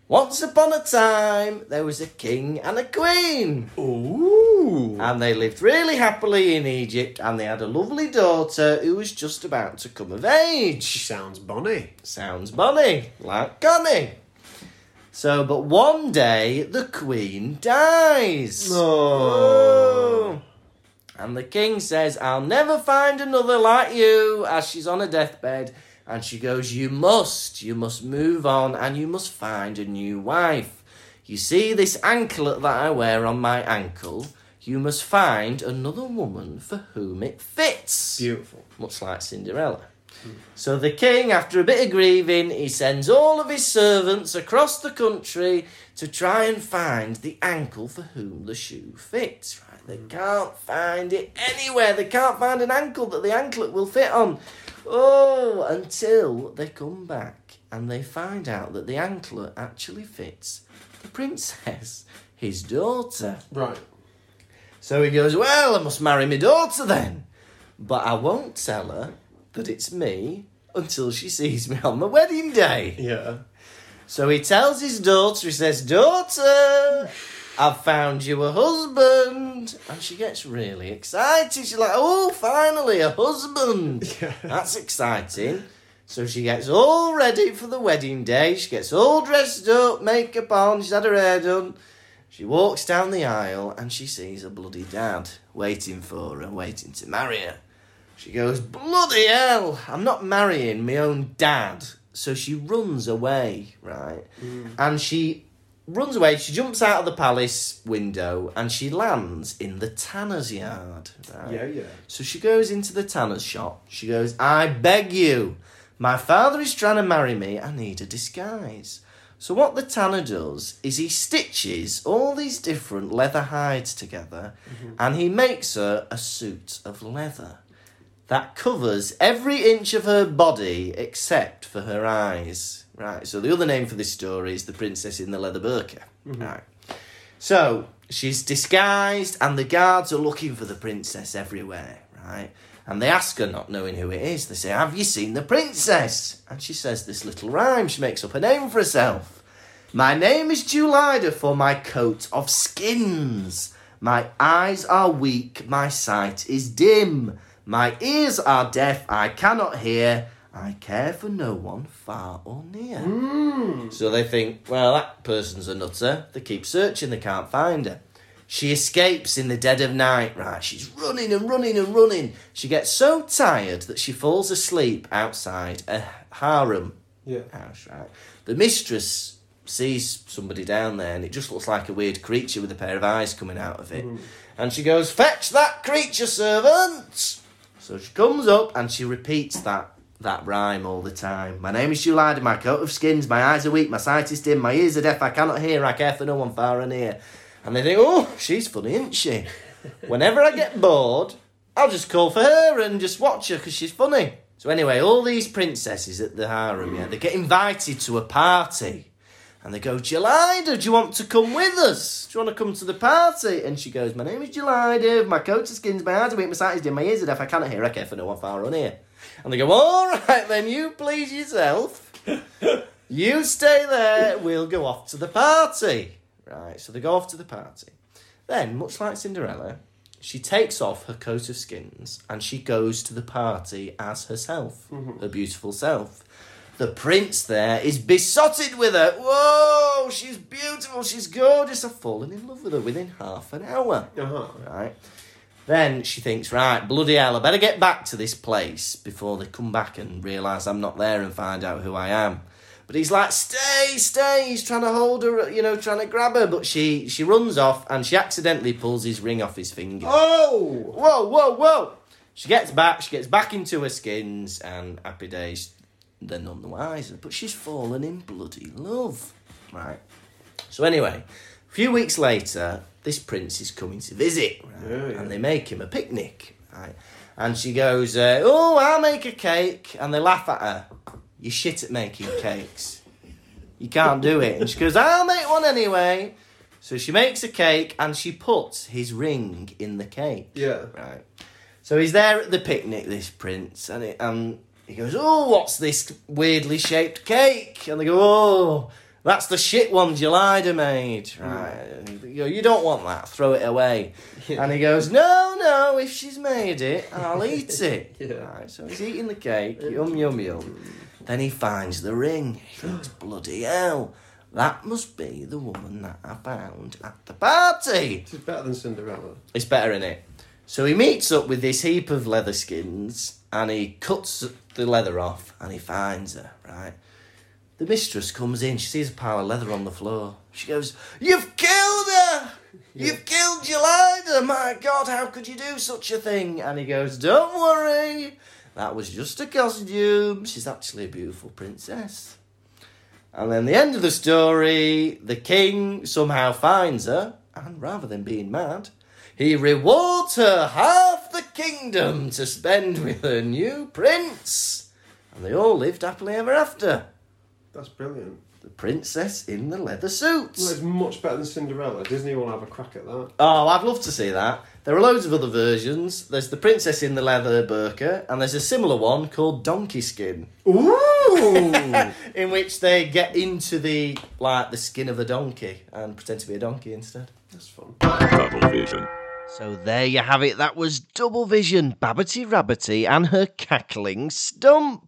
S1: Once upon a time, there was a king and a queen,
S2: Ooh.
S1: and they lived really happily in Egypt, and they had a lovely daughter who was just about to come of age.
S2: Sounds bonny.
S1: Sounds bonny, like Connie. So, but one day the queen dies.
S2: Oh.
S1: And the king says, I'll never find another like you, as she's on her deathbed. And she goes, You must, you must move on, and you must find a new wife. You see this anklet that I wear on my ankle? You must find another woman for whom it fits
S2: Beautiful.
S1: much like Cinderella. So the king, after a bit of grieving, he sends all of his servants across the country to try and find the ankle for whom the shoe fits. Right, they can't find it anywhere. They can't find an ankle that the anklet will fit on. Oh, until they come back and they find out that the anklet actually fits the princess, his daughter.
S2: Right.
S1: So he goes, Well, I must marry my daughter then. But I won't tell her that it's me until she sees me on my wedding day.
S2: Yeah.
S1: So he tells his daughter, he says, Daughter, I've found you a husband. And she gets really excited. She's like, Oh, finally, a husband. That's exciting. So she gets all ready for the wedding day. She gets all dressed up, makeup on, she's had her hair done. She walks down the aisle and she sees a bloody dad waiting for her, waiting to marry her. She goes, Bloody hell, I'm not marrying my own dad. So she runs away, right?
S2: Hmm.
S1: And she runs away, she jumps out of the palace window and she lands in the tanner's yard, right?
S2: Yeah, yeah.
S1: So she goes into the tanner's shop. She goes, I beg you, my father is trying to marry me. I need a disguise. So what the tanner does is he stitches all these different leather hides together and he makes her a suit of leather that covers every inch of her body except for her eyes. Right, so the other name for this story is The Princess in the Leather Burqa. Right. So she's disguised, and the guards are looking for the princess everywhere, right? And they ask her, not knowing who it is, they say, Have you seen the princess? And she says this little rhyme. She makes up a name for herself. My name is Julida for my coat of skins. My eyes are weak, my sight is dim. My ears are deaf, I cannot hear. I care for no one far or near. So they think, well, that person's a nutter. They keep searching, they can't find her. She escapes in the dead of night, right? She's running and running and running. She gets so tired that she falls asleep outside a harem
S2: Yeah.
S1: house, right? The mistress sees somebody down there and it just looks like a weird creature with a pair of eyes coming out of it. And she goes, Fetch that creature, servant! So she comes up and she repeats that that rhyme all the time. My name is Julida, my coat of skins, my eyes are weak, my sight is dim, my ears are deaf, I cannot hear, I care for no one far and near. And they think, oh, she's funny, isn't she? Whenever I get bored, I'll just call for her and just watch her because she's funny. So anyway, all these princesses at the harem, yeah, they get invited to a party. And they go, Gelida, do you want to come with us? Do you want to come to the party? And she goes, My name is Gelida, my coat is skins, my eyes are weak, my sight is dim, my ears are deaf, I cannot hear, I care for no one far on here. And they go, All right then, you please yourself. you stay there, we'll go off to the party. Right, so they go off to the party. Then, much like Cinderella, she takes off her coat of skins and she goes to the party as herself, her beautiful self. The prince there is besotted with her. Whoa, she's beautiful, she's gorgeous. I've fallen in love with her within half an hour.
S2: Uh-huh.
S1: Right. Then she thinks, right, bloody hell, I better get back to this place before they come back and realise I'm not there and find out who I am. But he's like, stay, stay. He's trying to hold her, you know, trying to grab her. But she, she runs off and she accidentally pulls his ring off his finger.
S2: Oh!
S1: Whoa, whoa, whoa. She gets back, she gets back into her skins, and happy days, they're none the wiser. But she's fallen in bloody love. Right. So, anyway, a few weeks later, this prince is coming to visit, right?
S2: Yeah, yeah.
S1: and they make him a picnic. Right? And she goes, uh, Oh, I'll make a cake. And they laugh at her. You shit at making cakes. You can't do it. And she goes, I'll make one anyway. So she makes a cake and she puts his ring in the cake.
S2: Yeah.
S1: Right. So he's there at the picnic, this prince, and it, um, he goes, Oh, what's this weirdly shaped cake? And they go, Oh, that's the shit one Gelida made. Right. And you go, You don't want that, throw it away. And he goes, No, no, if she's made it, I'll eat it.
S2: Yeah.
S1: Right. So he's eating the cake, yum, yum, yum. Then he finds the ring. He thinks, Bloody hell. That must be the woman that I found at the party.
S2: This is better than Cinderella.
S1: It's better in it. So he meets up with this heap of leather skins and he cuts the leather off and he finds her, right? The mistress comes in, she sees a pile of leather on the floor. She goes, You've killed her! You've killed your leader! My God, how could you do such a thing? And he goes, Don't worry, that was just a costume. She's actually a beautiful princess. And then the end of the story, the king somehow finds her, and rather than being mad, he rewards her half the kingdom to spend with her new prince. And they all lived happily ever after.
S2: That's brilliant.
S1: The princess in the leather
S2: Well, it's
S1: suits.
S2: much better than Cinderella. Disney will have a crack at that.
S1: Oh, I'd love to see that. There are loads of other versions. There's the princess in the leather burqa, and there's a similar one called Donkey Skin.
S2: Ooh!
S1: in which they get into the like the skin of a donkey and pretend to be a donkey instead.
S2: That's fun.
S5: Double vision.
S7: So there you have it. That was Double Vision, Babbity Rabbity, and her cackling stump.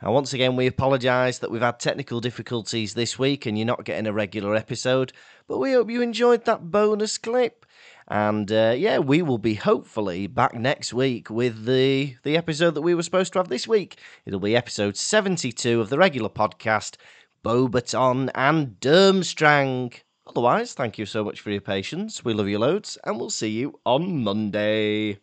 S7: And once again, we apologise that we've had technical difficulties this week and you're not getting a regular episode, but we hope you enjoyed that bonus clip. And uh, yeah, we will be hopefully back next week with the the episode that we were supposed to have this week. It'll be episode 72 of the regular podcast, Bobaton and Durmstrang. Otherwise, thank you so much for your patience. We love you loads, and we'll see you on Monday.